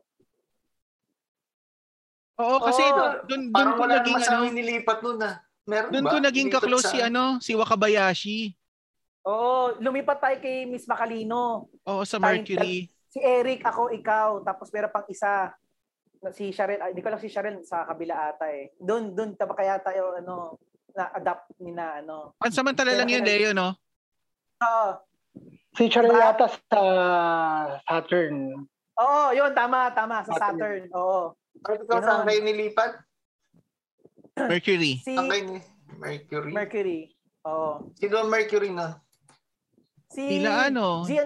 Oo, kasi
Oo.
doon doon
Parang
ko
wala
naging
naman sa
ano,
amin nilipat nun ah. Meron
doon
ba?
ko naging
Nilipat
ka-close
sa
si ano, si Wakabayashi.
Oo, lumipat tayo kay Miss Macalino.
Oo, sa
Time-
Mercury.
Si Eric, ako, ikaw. Tapos meron pang isa. na Si Sharel, ah, hindi ko alam si Sharel sa kabila ata eh. Doon, doon, taba kaya tayo, ano, na-adapt ni na, ano.
Pansamantala lang yun, Leo, no?
Oo,
Si Charlie
Ba-
yata sa Saturn.
Oo, yun, tama, tama. Sa
Saturn.
Saturn, oo.
Parang ikaw saan
Yun.
kayo nilipat?
Mercury.
Si
Saan kayo ni... Mercury.
Mercury. Oo.
Sino ang Mercury nun?
Si
Sila ano,
Gian-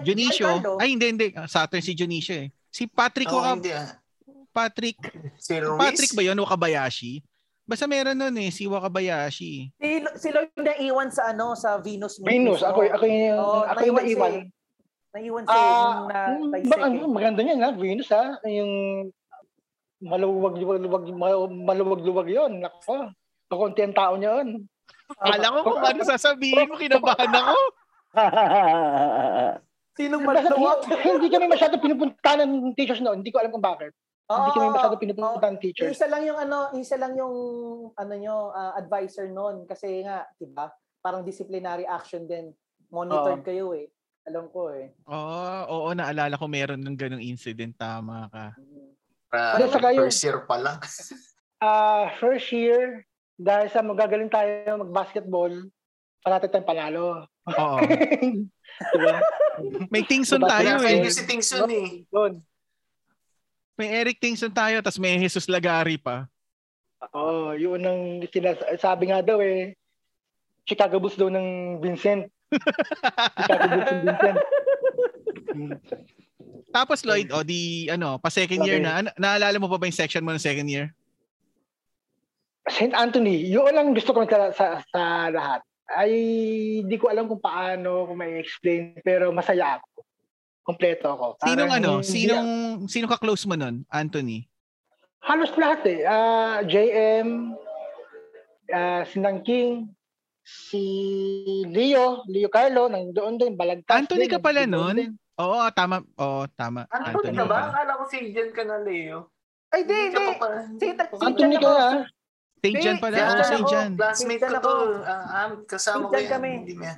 Junicio.
Giancarlo.
Ay, hindi, hindi. Ah, Saturn si Junicio eh. Si Patrick,
Oh,
Waka,
hindi ah.
Patrick,
Si Ruiz?
Patrick ba yun? Wakabayashi? Basta meron nun eh, si Wakabayashi.
Si, si Lloyd na iwan sa ano, sa Venus.
Venus. Ako, ako yung,
Oo,
ako yung naiwan.
siya eh. Naiwan siya.
Ah,
yung na, eh.
mm,
na,
ba- ang- maganda niya na, Venus ha. Yung maluwag-luwag, maluwag-luwag yun. Ako, kakunti ang tao niya yun.
Akala ko kung ano sasabihin mo, kinabahan ako.
Sinong
Basta,
maluwag?
hindi kami masyado pinupuntahan ng teachers noon. Hindi ko alam kung bakit. hindi
Ah.
kami masyado pinupuntahan ng teachers.
Isa lang yung ano, isa lang yung ano nyo, ah, advisor noon kasi nga, 'di ba? Parang disciplinary action din. Monitored
Oo.
kayo eh. Alam ko eh.
Oo, Ah, oo, naalala ko meron ng ganong incident. Tama ka.
Ah,
Ano sa kayo?
First year pa lang.
Ah, first year, dahil sa magagaling tayo mag-basketball, parati tayong panalo.
Oo.
diba?
May Tingson
Diba,
tayo
sinasabi
eh.
Kaya si Tingson eh.
Yun.
May Eric Tingson tayo, tapos may Jesus Lagari pa.
Oo, yun ang sinasabi nga daw eh. Chicago Bulls daw ng Vincent. Chicago Bulls ng Vincent.
Tapos Lloyd, o di ano, pa second year na. Ano, naalala mo pa ba yung section mo ng second year?
St. Anthony, yun ang gusto ko sa, sa, sa lahat. Ay, di ko alam kung paano, kung may explain, pero masaya ako. Kompleto ako.
Sinong
Parang
ano?
hindi-
Sinong sino ka close mo nun, Anthony?
Halos lahat eh. Ah, JM, ah, si Nang King, si Leo, Leo Carlo, nandoon din, balagtas
Anthony
din, Ah,
ka pala
nandoon
nun?
din.
Oo, tama. Oo, tama.
Anthony
Anthony
ka Ano ba?
pala.
Akala ko si Jen ka na, Leo.
Ay, di,
ka
di.
pa pala.
Si- si-
Anthony
Jan
ka ah.
ako.
na.
St.
Hindi,
John pala.
Jan
Oo,
ako.
St. John.
Classmate
Jan
ko
ako.
to. Ah, ah, kasama ko
Jan
yan.
kami.
Hindi niya.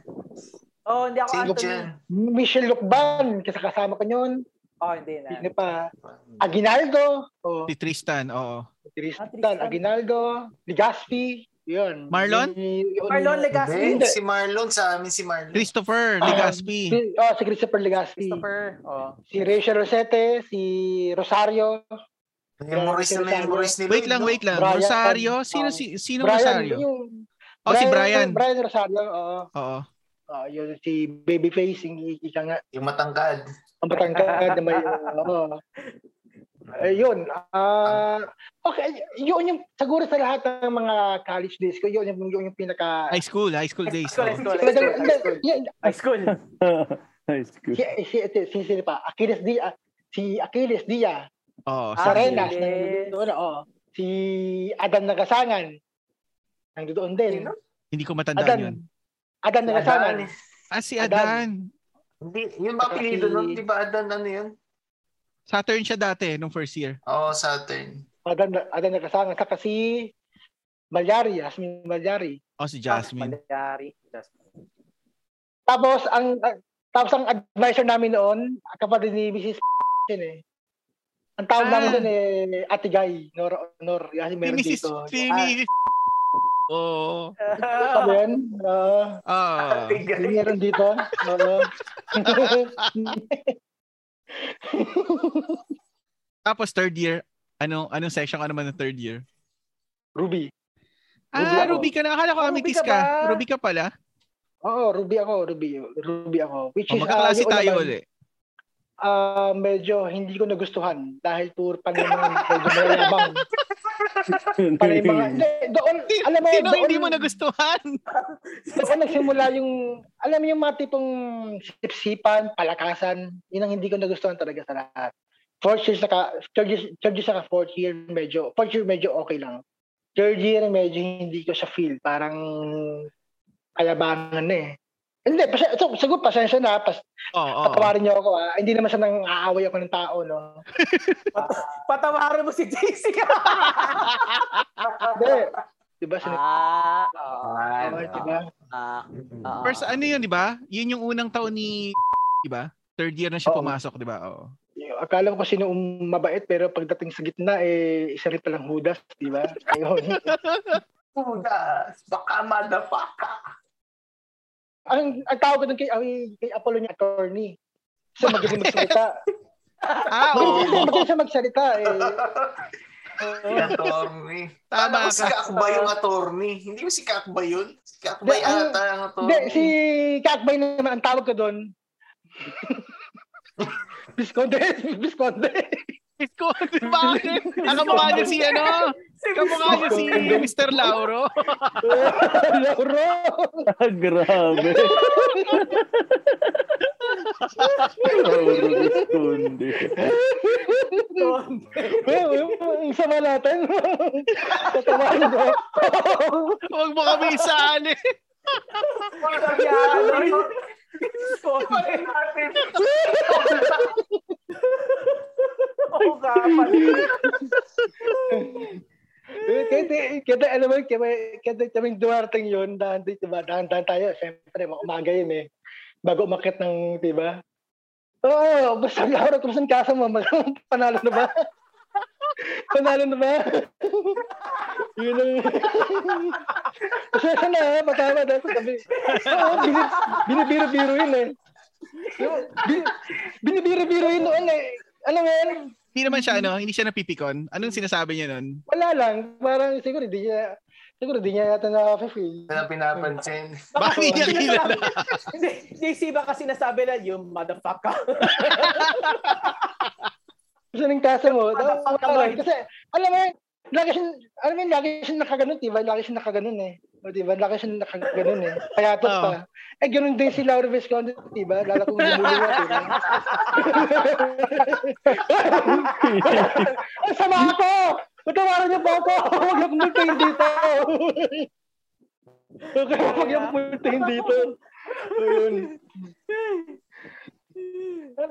Oh, hindi ako
Si
Anthony.
Jen.
Michelle Lukban, kasi kasama ko yun.
Oh, hindi na.
Sino pa? Aguinaldo. oh. O,
Si Tristan, oo.
Tristan,
Ah, Tristan.
Aguinaldo. Legaspi. Yun.
Marlon?
Yun- yun-
Marlon Legaspi.
Hindi. Si Marlon. Sa amin si Marlon.
Christopher
Ah, Si,
Legaspi.
oh, si Christopher Legaspi.
Christopher. Oh.
Si Rachel Rosete. Si Rosario.
Memories na
Christopher.
memories ni Lloyd.
Wait lang,
no?
wait lang.
Brian.
Rosario? Sino
Um,
si sino
Brian.
Rosario?
Yung,
Oh, si Brian.
Brian Rosario. Oo.
Oo.
Oh, yun, si Babyface, yung ika nga,
Yung matangkad.
ang patangkad na may, oo. Eh, yun. Ah, okay, yun yung, siguro sa lahat ng mga college days ko, yun yung, yun yung pinaka,
High school, high school days. oo.
High school, high
Talagang-
school, high school.
yun,
High school.
Nice good.
si, si, si, si, sino pa, Achilles Dia, si Achilles Dia,
Oo,
Ah,
sige.
sa Renas,
Achilles.
nang doon, oo. Si Adan Nagasangan, nang doon din.
Sino?
Hindi ko matandaan yun.
Adan, Adan Nagasangan.
Adan eh.
Ah, si
Adan.
Adan.
Hindi, yun ba apelido
Si-
nun? Di ba Adan ano yun?
Saturn siya dati, nung first year.
Oo, Saturn.
Adan, Adan Nagasangan, saka si Balyari, Asmin Balyari.
Oh, si
Ah,
Jasmine.
Malayari. Jasmine.
Tapos ang ah, tapos ang advisor namin noon, kapatid ni Mrs. yun eh. Ang tawag
Ah.
namin doon eh, Atigay, Nor, Nor, kasi
Si
meron
Mrs.
dito.
Si
Ah,
Mrs. Oo.
pa din. Oo.
Ah.
Yung meron dito. Oo.
Tapos third year, anong anong section ka naman ng third year?
Ruby. Ruby
Ah,
ako.
Ruby ka na. Akala ko
Oh,
amethyst ka.
Ruby ka ba?
Ruby ka pala.
Oo, Ruby ako, Ruby. Ruby ako. Which
Oh,
is,
magkaklase
ah, yung
tayo
una ba,
ulit.
ah, medyo hindi ko nagustuhan dahil puro pa naman medyo malayabang. Para yung mga, hindi, doon,
Si-
alam mo,
Sino
doon,
hindi mo nagustuhan?
doon nagsimula yung, alam mo yung mga tipong sipsipan, palakasan, yun ang hindi ko nagustuhan talaga sa lahat. Fourth year, saka, third year, third year saka fourth year, medyo, fourth year medyo okay lang. Third year, medyo hindi ko siya feel. Parang, kalabangan na eh. Hindi, pas- so, sagot, pasensya na, pas,
Oo. oo.
Patawarin niyo ako ah. Hindi naman sa nang aaway ako ng tao, no?
Patawarin mo si JC.
Hindi. Diba? Sin-
ah,
Ah,
okay, diba?
ah, ah.
First, ano yun, di ba? Yun yung unang taon ni di ba? Third year na siya
Oo.
pumasok, di ba? Oo.
Akala ko sino um- mabait, pero pagdating sa gitna, eh, isa rin palang hudas, di ba? Ayun.
Puta, baka madapaka.
ang, ang tawag ko doon kay, ay, kay Apollo niya, attorney. Siya magaling magsalita.
Ah,
Magaling siya,
oo.
magaling siya magsalita, eh. Oo.
attorney.
Tama
Tama ko si
ka.
Kakba yung attorney. Hindi ba si Kakba yun? Si Kakba
Hindi, ang-
ata ang attorney.
Hindi, si Kakbay naman, ang tawag ko doon, Visconde, Visconde.
Isko, bakit? Ang kamukha niya si ano? Kamukha niya si Mr. Lauro.
Lauro.
Ah, grabe. Sobrang kundi.
Well, yung sama natin. Tatawain ko.
Huwag mo kami isaan eh.
Oo nga pala.
Kaya, kaya, Eh, alam mo, kaya, kaya kaming duwarting yun, dahan, diba, dahan-dahan tayo. Siyempre, umaga yun eh. Bago umakit ng, diba? Oo, basta Laura, kumusta ang kaso mo? Mag- Panalo na ba? Panalo na ba? yun ang... Pasensya na, ha? Patama dahil sa gabi. Oo, bini- binibiro-biro yun eh. Yung- bi- Binibiro-biro yun noon eh. Alam mo yun,
Hindi naman siya ano, hindi siya napipikon. Anong sinasabi niya nun?
wala lang. Parang siguro di niya, siguro di niya yata na-feel.
na pinapansin.
Bakit hindi niya kilala?
Hindi, JC baka sinasabi na, you motherfucker.
Kasi ng kaso mo,
Motherfucker,
daw- wala lang.
Lloyd.
kasi alam mo, yun, lagi siya, alam mo, yun, lagi siya nakaganon, diba? Lagi siya nakaganon eh. O diba? Lagi siya nakaganon eh. Kaya to
Oo.
pa. Eh, ganun din si Laura Visconde, diba? Lala kong lumuluwa, diba? Ang sama ako! Patawaran niyo po ako! Huwag niyo akong multuhin dito! Okay, huwag niyo akong multuhin dito. Ayun.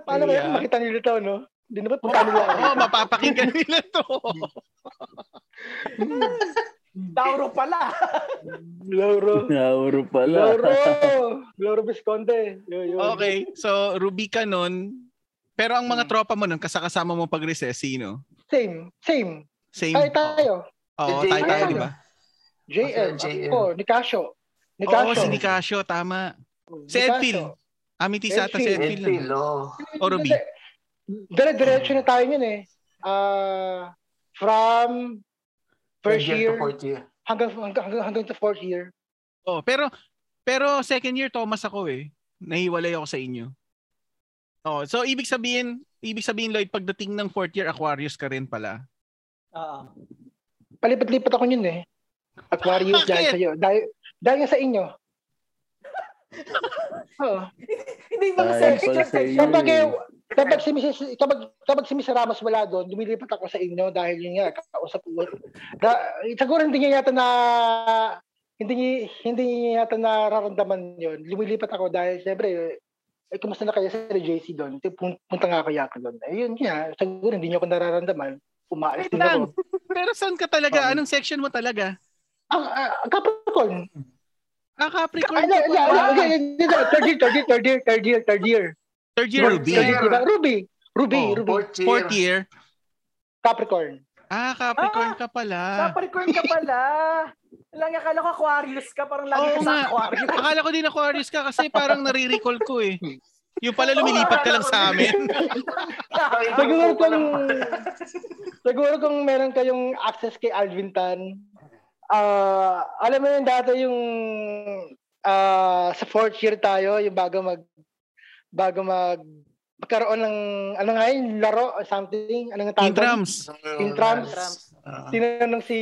Paano kaya kung makita nila ito, no? Hindi
Oh.
naman punta nila ako.
Oo, mapapakinggan nila to.
Tauro pala.
Lauro.
Nauro pala.
Loro! Loro Visconde. Yun, yun. Hmm.
Okay, so Ruby ka nun. Pero ang mga tropa mo nun, kasakasama mo pag recess, sino?
Same. Same.
Same. Oh.
Tayo tayo.
Oo,
Si
tayo tayo,
JM.
di ba?
JM.
Kasi JM.
Ako, Nicasio.
Oo, Oh,
Nicasio. Oh,
si Nicasio, tama. Si
Nicasio.
Edfield. Amity sa ata si
Edfield.
Edfield.
Edfield,
nun.
oh.
O Ruby.
Dire-diretso na tayo yun eh. Ah, from first
Third
year
to fourth year.
hanggang, hanggang, hanggang, hanggang to fourth year.
Oh, pero pero second year Thomas ako eh. Nahiwalay ako sa inyo. Oh, so ibig sabihin, ibig sabihin Lloyd pagdating ng fourth year Aquarius ka rin pala.
Oo.
Palipat-lipat ako yun eh. Aquarius dahil
Bakit?
sa'yo. Dahil, dahil nga sa inyo. Oo.
Hindi ba
Ayun
second
pala
year,
sa
third
iyo.
year?
Kapag, eh,
Mm.
kapag, si Mrs., kapag, kapag si Mrs. Ramos wala doon, lumilipat ako sa inyo dahil yun nga, kausap ko. Da, siguro hindi niya yata na hindi niya, hindi niya yata nararamdaman yun. Lumilipat ako dahil siyempre, eh, kumusta na kaya si JC doon? Ito, pun- Punta nga kaya ako doon. Ayun nga, siguro hindi niya ako nararamdaman. Umaalis
Wait
din ako.
lang. Pero saan ka talaga?
Okay.
Anong section mo talaga?
Ang ah, Capricorn.
Ah, Capricorn. ka
Ano, ano,
pala.
ano, okay, hindi na. Third year, third year, third year, third year, third year.
Third year
Third
Ruby.
Third year,
Year.
diba? Ruby. Ruby,
Oh,
Ruby.
Fourth year.
Fourth year
Capricorn.
Ah, Capricorn ka pala.
Capricorn ka pala. Lang akala ko Aquarius ka, parang lagi ka
Oo
sa
nga.
Aquarius.
Akala ko din Aquarius ka kasi parang nare-recall ko eh. Yung pala lumilipat ka lang sa amin.
Siguro kung siguro kung meron kayong access kay Alvin Tan, ah, alam mo yung dati yung ah, sa fourth year tayo, yung bago mag bago mag magkaroon ng ano nga yun, laro or something, ano nga tawag?
Yung drums.
Yung trams.
Trumps.
Ah.
Tinanong si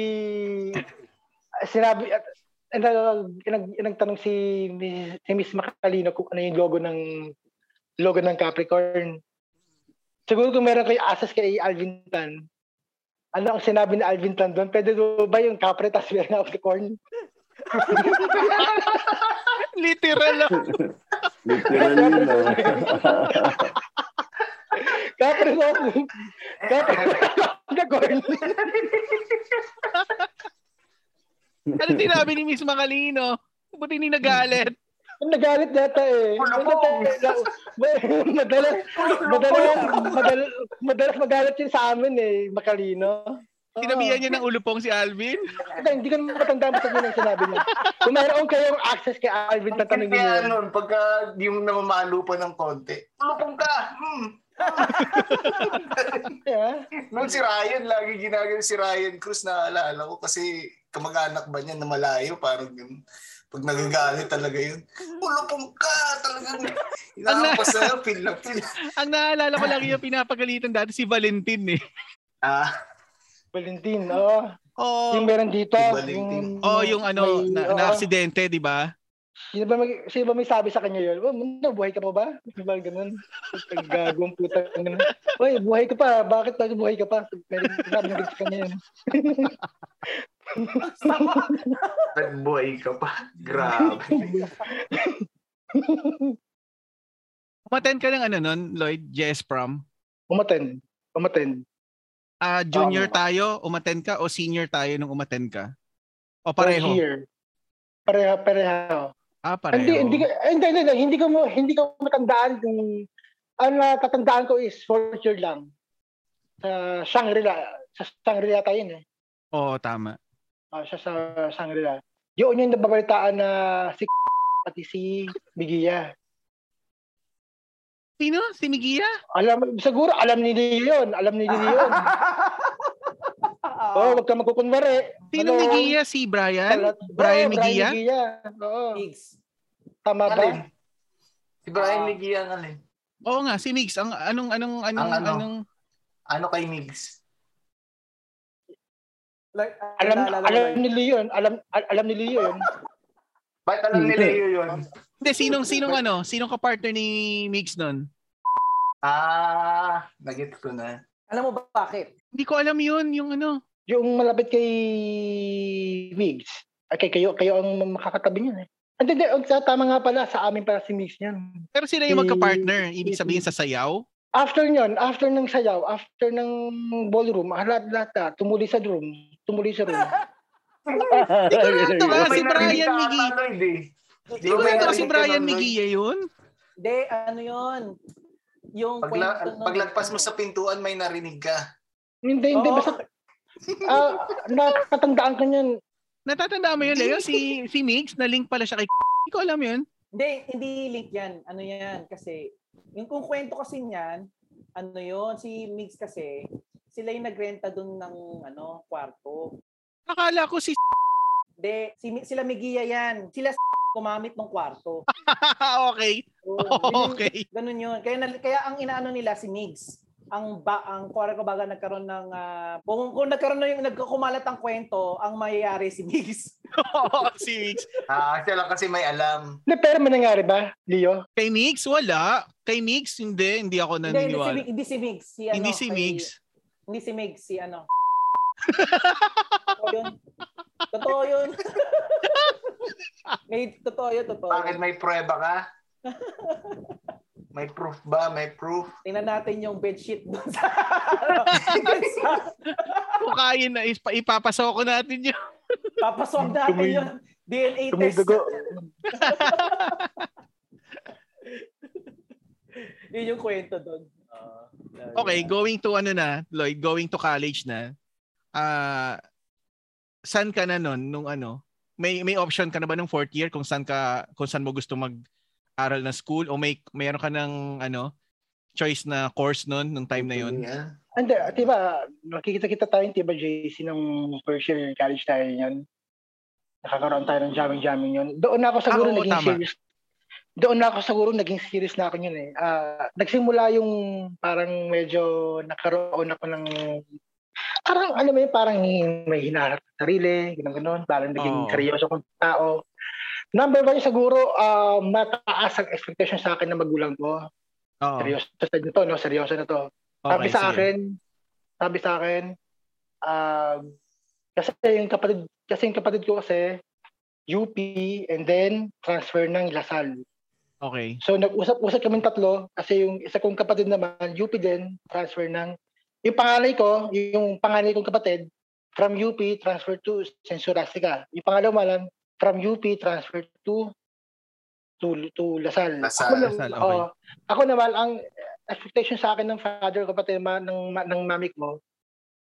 ah, sinabi at at nag- nag- nagtanong si Miss- si Miss Macalino kung ano yung logo ng logo ng Capricorn. Siguro kung meron kayo access kay Alvin Tan, ano ang sinabi ni Alvin Tan doon? Pwede daw ba yung Capri tas meron Capricorn?
Literal lang.
Literally, no?
Capri tas Capri tas Capricorn.
Ano tinabi ni Miss Makalino? Buti ni nagalit.
Nagalit data eh.
Pulubog.
Madalas, madalas, madalas, madalas magalit yun sa amin eh, Makalino.
Tinabihan niya ng ulupong si Alvin.
Hindi, hindi ko na matandaan basta yun ang sinabi niya. Kung mayroon kayong access kay Alvin, tatanungin niyo.
Kaya ano?
yun.
nun, pagka di mo namamalo pa ng konti, lupong ka! Hmm.
Yeah.
Noon si Ryan, lagi ginagawa si Ryan Cruz, naalala ko kasi kamag-anak ba niya na malayo, parang yun. Pag nagagalit talaga yun, ulupong ka! Talagang inaampas na yun, feel na feel.
Ang naalala ko lagi yung pinapagalitan dati si Valentin eh.
Ah,
Valentin, oo.
Oo.
Yung meron dito.
Si Valentin.
Oh, yung ano,
may-
na,
oo.
aksidente, di ba?
Sino ba, may, sino ba may sabi sa kanya yun? Oh, mundo, buhay ka pa ba? Parang ganun. Gagawang puta. Ganun. Uy, buhay ka pa. Bakit bakit buhay ka pa? Meron sabi ng sa kanya yun.
nagbuhay ka pa. Grabe.
Umaten ka ng ano nun, Lloyd, Jess Prom.
Umaten. Umaten.
Ah, junior
Tama.
tayo, umaten ka, o senior tayo nung umaten ka? O
Or
pareho?
Here. Pareha, pareha. oh.
Ah, pareho.
Hindi, hindi, ka- eh, hindi, hindi, hindi, hindi ko mo- hindi ko matandaan kung ang natatandaan ko is fourth year lang. Sa Shangri-La, sa Shangri-La tayo yun eh.
Oo, tama.
Ah, siya sa Shangri-La. Yun yung nababalitaan na si pati si Bigia.
Sino? Si Migia?
Alam, siguro alam ni Leo yun. Alam ni Leo yun. Oo, oh, wag ka magkukunwari.
Sino
Hello?
Migia? Si Brian?
Talat-
Brian
Oo,
Migia?
Migia. Oo.
Pigs.
Tama ba?
Alin? Si Brian Miguel ang ano alin?
Oo nga, si Migs. Ang anong anong anong
Ang ano?
anong
Ano kay Migs?
Like, ah,
Alam,
naalala ko
alam
lang.
ni Leo yun. Alam, al- alam ni Leo yun.
Ba't alam ni Leo yun?
Hindi sinong sinong ano, sinong kapartner ni Migs noon?
Ah, nagit ko na.
Alam mo ba bakit?
Hindi ko alam 'yun, yung ano.
Yung malapit kay Migs. Okay, kayo kayo ang makakatabi niyan eh. Hindi, hindi. Ang sa- Tama nga pala, sa amin pala si Migs niyan.
Pero sila yung magka-partner, ibig sabihin sa sayaw.
After nyon, after ng sayaw, after ng ballroom, ah, lahat-lahat na, tumuli sa room. Tumuli sa room.
Sigurado ka, Diba,
May
si Brian
narinig
Miguel.
ata, Lloyd, eh.
Hindi ko kwento si
narinig ka
Brian
nun, Lloyd.
Migia 'yun.
Hindi, ano yun? Yung
Pagla-
kwento nun-
paglagpas mo sa pintuan, may narinig ka.
hindi, hindi.
Oo.
Basta, ah, natatandaan ko niyan.
Natatandaan mo 'yun, Leo, si si Migs na link pala siya kay Hindi ko alam 'yun.
Hindi, hindi link yan. Ano yan? Kasi, yung kung kwento kasi niyan, ano yun, si Migs kasi, sila yung nagrenta dun ng ano, kwarto.
Akala ko si
Hindi, si, Mi- sila Migia yan. Sila kumamit ng kwarto.
Ah, okay.
So, yun yung-
Okay.
Ganun yun. Kaya, nal- kaya ang inaano nila si Migs, ang ba ang kuwari ko baga nagkaroon ng ah, kung, kung nagkaroon na yung nagkumalat ang kwento, ang mayayari si Migs.
Oo, si Migs.
Ah, siya lang kasi may alam.
Hindi, pero may nangyari ba, Leo?
Kay Migs wala. Kay Migs hindi, hindi ako
Hindi, hindi si,
naniniwala.
Mi- hindi si Migs. Si, ano,
Hindi si
kay-
Migs.
Hindi si Migs, si ano. totoo yun. Totoo yun. may, totoo yun, totoo
Bakit
yun.
may prueba ka? May proof ba? May proof?
Tingnan natin yung bedsheet doon sa... ano, sa
Kung kaya na ispa- ipapasok ko natin 'yun.
papasok natin
Tumi-
yung DNA test.
Tumudugo.
Yun yung kwento doon. Ah, na
Okay, going to ano na, Lloyd, going to college na. Ah, saan ka na nun nung ano? May may option ka na ba nung fourth year kung saan ka kung saan mo gusto mag aral na school o may mayroon ka ng ano choice na course nun nung time na yun?
Yeah.
Hindi, ah, di ba, nakikita-kita tayo, di ba, JC, nung first year college tayo yun. Nakakaroon tayo ng jamming-jamming yun. Doon na ako
Ah,
siguro
oo,
naging
tama.
serious. Doon na ako siguro naging serious na ako yun eh. Ah, nagsimula yung parang medyo nakaroon ako ng parang alam mo yun, parang may hinaharap sa sarili, ganun ganun, parang naging
Oo.
seryoso kong tao. Number one, siguro, ah, mataas ang expectation sa akin ng magulang ko.
Oo.
Mm-hmm. Seryoso na to, no? Seryoso na to. Sabi
Okay,
sa
sige.
akin, sabi sa akin, um, kasi yung kapatid, kasi yung kapatid ko kasi, UP and then transfer ng Lasal.
Okay.
So nag-usap-usap kami tatlo kasi yung isa kong kapatid naman, UP din, transfer ng, yung panganay ko, yung panganay kong kapatid, from UP, transfer to Sensurastica. Yung pangalawa lang, from UP, transfer to to, to Lasal.
Lasal,
Ako lang-
Lasal, okay.
oo. ako naman, ang expectation sa akin ng father ko, pati ma, ng, ma- ng mami ko,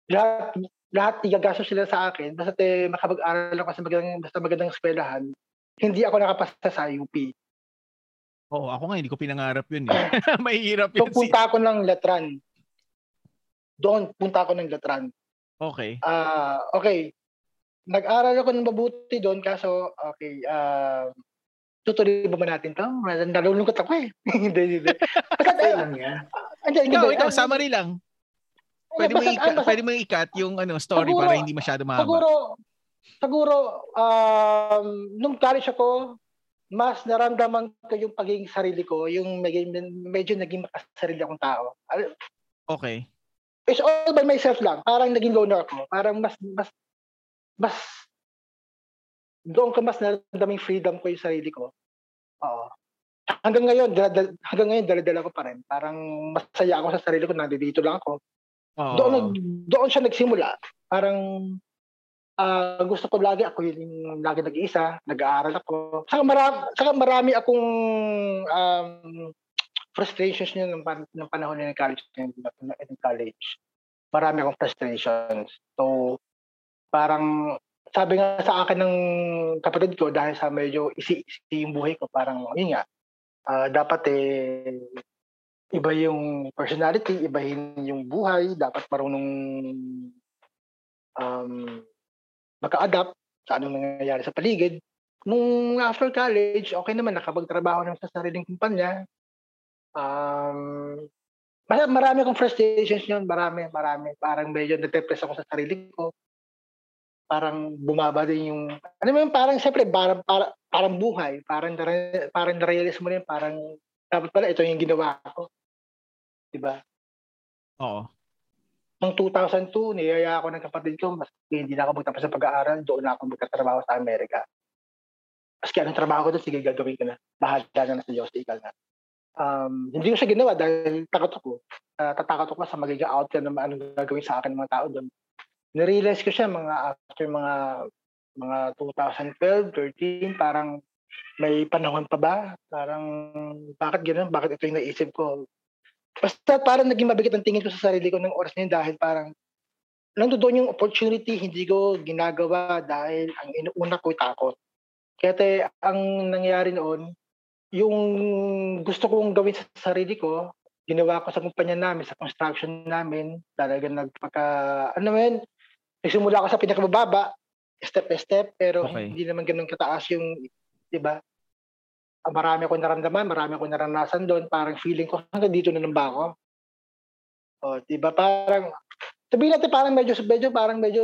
lahat, lahat igagaso sila sa akin, basta te, makapag-aral ako sa magandang, basta magandang eskwelahan, hindi ako nakapasa sa UP.
Oo, ako nga hindi ko pinangarap yun. Eh. Mahirap
So
yun. Si...
punta ako ng Latran. Doon, punta ako ng Latran.
Okay.
Ah, okay. Nag-aral ako ng mabuti doon, kaso, okay, ah, tutuloy ba ba natin to? Nalulungkot ako eh. hindi, hindi. Basta,
Okay
ah,
lang yan.
hindi,
Ikaw,
hindi.
ikaw,
Ah,
summary lang. Pwede mo Ah,
basta- ah,
ikat,
basta-
pwede mo ikat yung ano story
Siguro-
para hindi masyado mahaba.
Siguro, siguro, um, nung college ako, mas naramdaman ko yung pagiging sarili ko, yung medyo, medyo naging makasarili akong tao. Al-
Okay.
It's all by myself lang. Parang naging loner ako. Parang mas, mas, mas, doon ko mas naramdaman yung freedom ko yung sarili ko. Oo. Hanggang ngayon, daladal, hanggang ngayon, daladala ko pa rin. Parang masaya ako sa sarili ko, nandito lang ako
Oo.
doon nag- doon siya nagsimula. Parang ah, gusto ko lagi ako yung lagi nag-iisa, nag-aaral ako. Saka marami, saka marami akong um, frustrations niya ng, pan- ng panahon ng college ng, ng, ng college. Marami akong frustrations. So parang sabi nga sa akin ng kapatid ko dahil sa medyo isi-isi yung buhay ko parang yun nga ah, dapat eh iba yung personality, ibahin yung buhay, dapat marunong um, maka-adapt sa anong nangyayari sa paligid. Nung after college, okay naman, nakapagtrabaho naman sa sariling kumpanya. Um, mar- marami akong frustrations yun, marami, marami. Parang medyo nadepress ako sa sarili ko. Parang bumaba din yung, ano mo yun, parang siyempre, parang, parang, parang buhay, parang, nare- parang narealize mo rin, parang dapat pala ito yung ginawa ko. 'Di ba?
Oo.
Noong 2002, niyaya ako ng kapatid ko, mas hindi na ako magtapos sa pag-aaral, doon na ako magkatrabaho sa Amerika. Maski anong trabaho ko doon, sige, gagawin ko na. Bahala na na sa Diyos, ikaw na. Um, hindi ko siya ginawa dahil takot ako. Ah, tatakot ako sa magiging outcome ng anong gagawin sa akin ng mga tao doon. Narealize ko siya mga after mga mga 2012, 13, parang may panahon pa ba? Parang bakit ganoon? Bakit ito yung naisip ko? Basta parang naging mabigat ang tingin ko sa sarili ko ng oras na yun dahil parang nandoon yung opportunity hindi ko ginagawa dahil ang inuuna ko ay takot. Kaya te, ang nangyari noon, yung gusto kong gawin sa sarili ko, ginawa ko sa kumpanya namin, sa construction namin, talaga nagpaka, ano man, nagsimula ako sa pinakabababa, step by step, pero
Okay.
hindi naman ganun kataas yung, di ba? Ah, Marami akong naramdaman, marami akong naranasan doon, parang feeling ko, hanggang dito na lang ba ako? O, di ba? Parang, sabihin natin parang medyo, medyo, parang medyo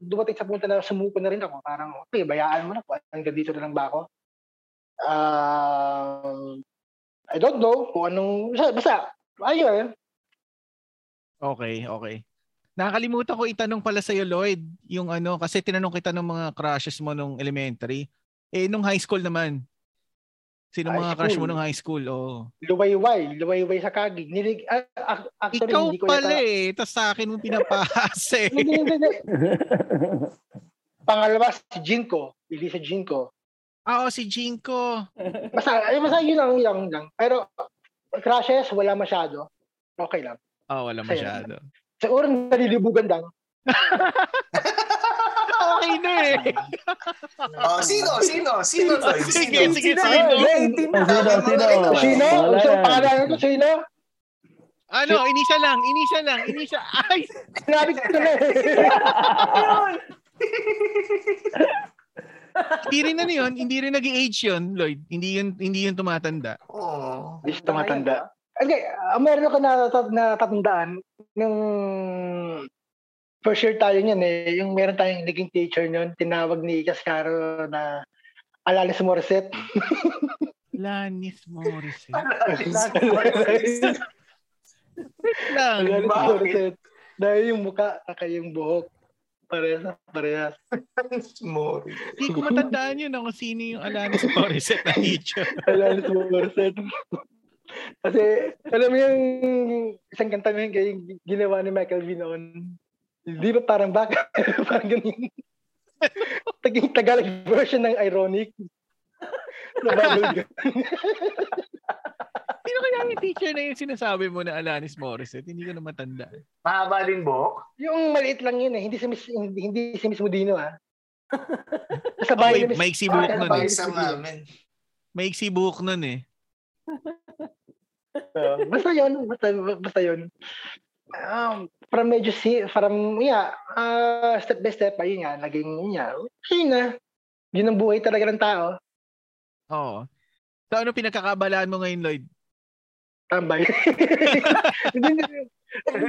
dumating sa punta na sumuko na rin ako. Parang, okay, bayaan mo na po. Hanggang dito na lang ba ako? Um, I don't know kung anong, basta, basta ayun.
Okay, okay. Nakakalimutan ko itanong pala sa Lloyd, yung ano kasi tinanong kita ng mga crushes mo nung elementary. Eh nung high school naman. Sino
High
mga crush mo
school?
nung high school? Oo.
Luwayway, luwayway sa kagig. Nilig, ah, ah, actually,
Ikaw
hindi ko
pala
yata-
eh. Tapos sa akin mo pinapaas eh.
Hindi, hindi, hindi. Pangalawa, si Jinko. Hindi si Jinko.
Ah, Oo, si Jinko.
Basta, eh, basta yun lang, yun lang, yun lang. Pero, crashes, wala masyado. Okay lang.
Oh, wala masyado.
Siguro nalilibugan lang.
okay na eh.
Oh, sino? Sino? Sino, Toy?
Sige,
Sino?
sige,
Sino?
sino?
Wait,
Sino? Sino?
Sino?
Wala
Gusto
yan.
mong pangalanan ko, sino?
Ano, inisa lang, inisa lang, inisa. Ay,
Sinabi ko na eh.
hindi rin ano yun, hindi rin nag-age yun, Lloyd. Hindi yun, hindi yun tumatanda.
Oh.
Hindi siya tumatanda. Okay, uh, meron ako natat natatandaan nung first year tayo niyan eh, yung meron tayong naging teacher niyon, tinawag ni Cascaro na Alanis Morissette.
Lanis Morris.
Alanis
lang.
Morissette. Dahil yung muka, saka yung buhok. Parehas na parehas.
Mori.
Hindi ko matandaan yun ako sino yung Alanis Morris na teacher.
Alanis Morissette. Kasi, alam mo yung isang kanta mo yung kay- ginawa ni Michael V noon. Di ba parang baka? parang ganun. Taging Tagalog version ng ironic. Nababal
Sino kaya yung teacher na yung sinasabi mo na Alanis Morris? Hindi ko na matanda.
Mahaba din buhok?
Yung maliit lang yun eh. Hindi si Miss, hindi, hindi si Miss Modino ah. Sa
Oh, may,
bahay ni Miss
may iksi buhok
Bakit
nun
ba
eh.
isang namin?
May iksi buhok nun eh.
Basta yun. Basta, basta yun. Um, from medyo si, from, yeah, ah, step by step, ayun nga, naging, yun nga, yun na. Yun ang buhay talaga ng tao.
Oo. So ano pinagkakabalaan mo ngayon, Lloyd?
Tambay. Hindi, hindi.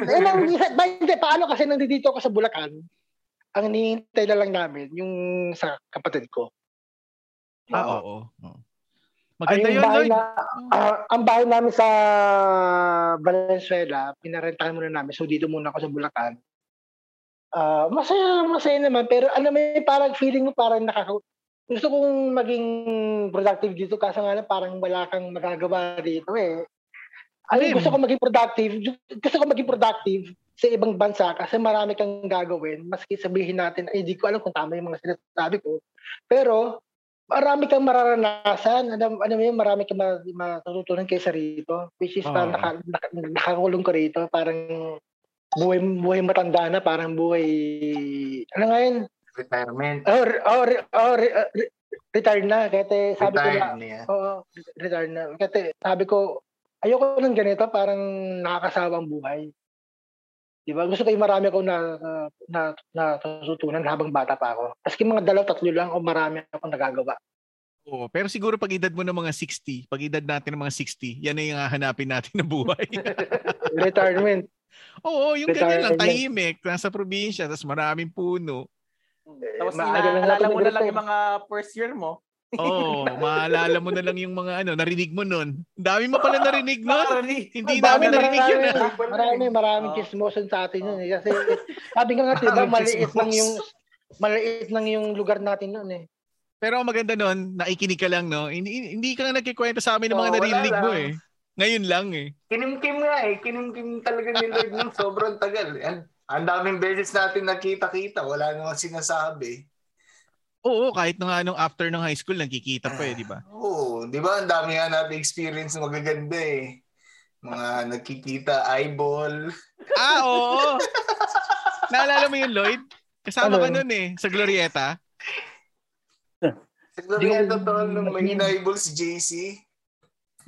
eh, nang, hindi, paano kasi nandito ako sa Bulacan, ang hinihintay na lang namin, yung sa kapatid ko.
Ah,
Oo.
oo. oo.
Ay,
Maganda
yung
yun,
bahay
Lloyd. Mm.
na, ah, ang bahay namin sa Valenzuela, pinarentahan muna namin. So, dito muna ako sa Bulacan. Ah, masaya, masaya naman. Pero alam mo yun, parang feeling mo parang nakaka... Gusto kong maging productive dito kasi nga lang parang wala kang magagawa dito eh. Ano,
Alim.
gusto ko maging productive. Gusto ko maging productive sa ibang bansa kasi marami kang gagawin. Maski sabihin natin, ay, di ko alam kung tama yung mga sinasabi ko. Pero, marami kang mararanasan. Alam, alam mo yun, marami kang ma- matututunan kaysa rito. Which is,
Oo.
parang naka, naka- nakakulong ko rito. Parang, buhay, buhay matanda na, parang buhay, ano nga yun?
Retirement.
Oh, re- oh, re- oh, re- uh, re- retired na. Kaya te, sabi ko na,
Retired niya.
oo, retired na. Kaya te, sabi ko, ayoko ng ganito, parang nakakasawa ang buhay. Diba? Gusto ko yung marami akong na, na, na, natutunan habang bata pa ako. Maski mga dalaw, tatlo lang, o marami akong nagagawa.
Oo, pero siguro pag edad mo ng mga 60, pag edad natin ng mga 60, yan na yung hahanapin natin na buhay.
Retirement.
oo, yung ganyan lang,
Retirement.
tahimik, nasa probinsya, tapos maraming puno.
Tapos
maaga lang
inaalala
ako
mo na lang
nag-retire.
yung mga first year mo.
Oo, maalala mo na lang yung mga ano, narinig mo nun. Ang Dami mo pala narinig nun.
Sorry.
Hindi namin
Marami,
narinig yun. ah.
marami, Marami, marami
Oo.
chismosan sa atin yun eh. Kasi sabi nga nga, diba,
Maraming
maliit lang
chismos.
yung maliit lang yung lugar natin noon eh.
Pero ang maganda nun, nakikinig ka lang, no? Hindi, hindi ka nga nagkikwento sa amin ng
Oo,
mga
wala
narinig mo
lang.
eh. Ngayon lang eh.
Kinimkim nga eh. Kinimkim talaga ni Lord nung sobrang tagal. Ang, ang daming beses natin nakita-kita. Wala naman sinasabi.
Oo, kahit nung anong after ng high school, nagkikita pa eh, di ba?
Oo, di ba? Ang dami nga natin experience na magaganda eh. Mga nagkikita, eyeball.
Ah, oo. Naalala mo yun, Lloyd? Kasama
Ano?
ka nun eh, sa Glorieta.
Siguro
Di ko-
yan to nung may eyeball si JC.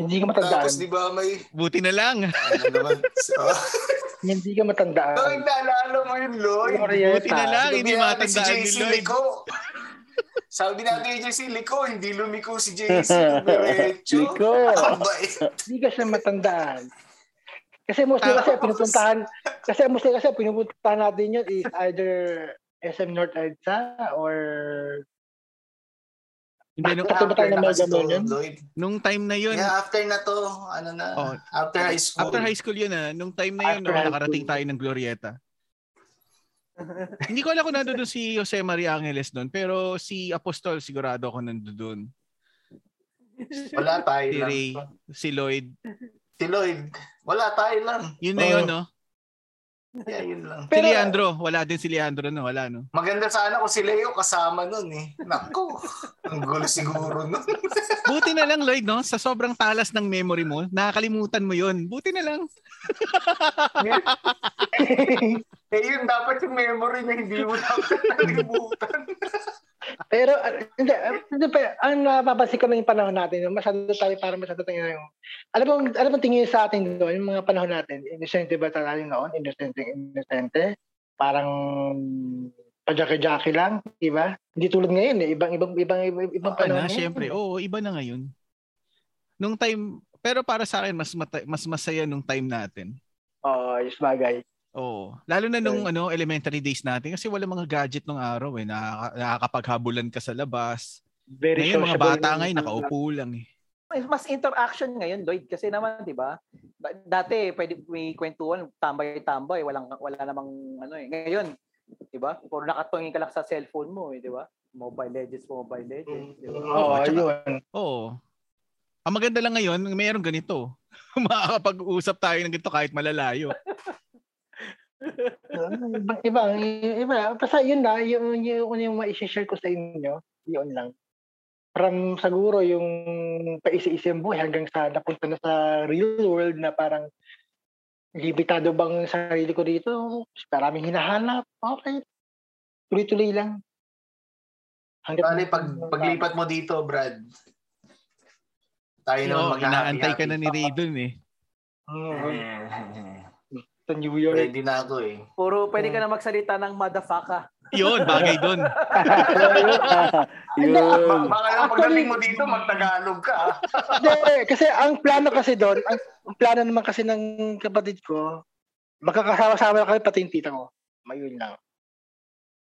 Hindi ka matandaan.
Tapos di ba may...
Buti na lang.
Ano naman? So,
Hindi ka matandaan.
Lloyd, naalala mo yun, Lloyd?
Glorieta.
Buti na lang, Ah, hindi
Sabi natin
matandaan ni
JC
Lloyd.
Liko. Sabi natin kay JC Liko, hindi lumiko si JC. Diretso.
Liko.
Ang bait.
Hindi ka siya matandaan. Kasi mostly kasi
Tapos?
pinupuntahan kasi mostly kasi pinupuntahan natin yun is either SM North Edsa or
Hindi, nung,
Tatlo ba tayo
After na
ng
kasi
Mega Man
to,
yun?
Lloyd.
nung time na yun,
Yeah, after na to, ano na,
Oh.
after high school.
after high school yun ah, nung time na yun,
After
oh,
high
nakarating
school.
tayo ng Glorieta. hindi ko alam kung nandoon si Jose Maria Angeles doon, pero si Apostol sigurado ako nandoon.
Wala tayo
Si
lang.
Ray, si Lloyd.
Si Lloyd, wala tayo lang.
Oh.
Yun na
Oo.
yun, no?
Yeah, yun lang.
si Leandro, wala din si Leandro, no? Wala, no?
Maganda sana kung si Leo kasama nun eh. Naku, ang gulo siguro nun.
Buti na lang, Lloyd, no? Sa sobrang talas ng memory mo, nakakalimutan mo yun. Buti na lang.
eh yun, dapat yung memory na hindi mo dapat nalimutan.
Pero, ah, hindi, ah, hindi pa, ang napapasik ko na yung panahon natin, yung masyado tayo para masyado tayo yung, alam mo, alam mo tingin sa atin doon, yung mga panahon natin, inosente ba tayo noon? Inosente, inosente. Parang, pajaki-jaki lang, di ba? Hindi tulad ngayon eh, ibang, ibang, ibang, ibang, ibang
Oo
panahon.
na, syempre. Oo, iba na ngayon. Nung time, pero para sa akin, mas, mata- mas masaya nung time natin.
Oo, oh, yung bagay.
Oo. Lalo na nung ano, elementary days natin kasi wala mga gadget nung araw eh. Nakaka- nakakapaghabulan ka sa labas.
Very
Ngayon mga
sociable
bata
yung- ano
ngayon nakaupo lang eh.
Mas- mas interaction ngayon, Lloyd. Kasi naman, di ba? da- Dati, pwede may kwentuhan, tambay-tambay, walang, wala namang, ano eh. Ngayon, di ba? Puro nakatungin ka lang sa cellphone mo, eh, di ba? Mobile Legends, Mobile Legends, di ba?
Oo,
Oo, tsaka-
yun.
Oo. Ang maganda lang ngayon, mayroong ganito. Makakapag-usap tayo ng ganito kahit malalayo.
Ah, Ibang, ibang, iba. Basta yun na, yung, yung, yung, yung ma-share ko sa inyo, yun lang. From siguro yung paisi-isi ang buhay hanggang sa napunta na sa real world na parang limitado bang ang sarili ko dito? Maraming hinahanap. Okay. Tuloy-tuloy lang. Mm. Hanggang
Bali, pag, paglipat mo dito, Brad, tayo
Oo,
naman mag
inaantay ka na ni Ray dun eh.
Mm, sa New York.
Eh, Ready na ako eh.
Puro pwede ka na magsalita ng motherfucker.
Yun, bagay dun.
Yun.
Ba- baka lang pagdating mo dito, magtagalog ka. ah.
Hindi, kasi ang plano kasi doon, ang, ang plano naman kasi ng kapatid ko, magkakasama-sama kami pati yung tita ko. Mayun lang.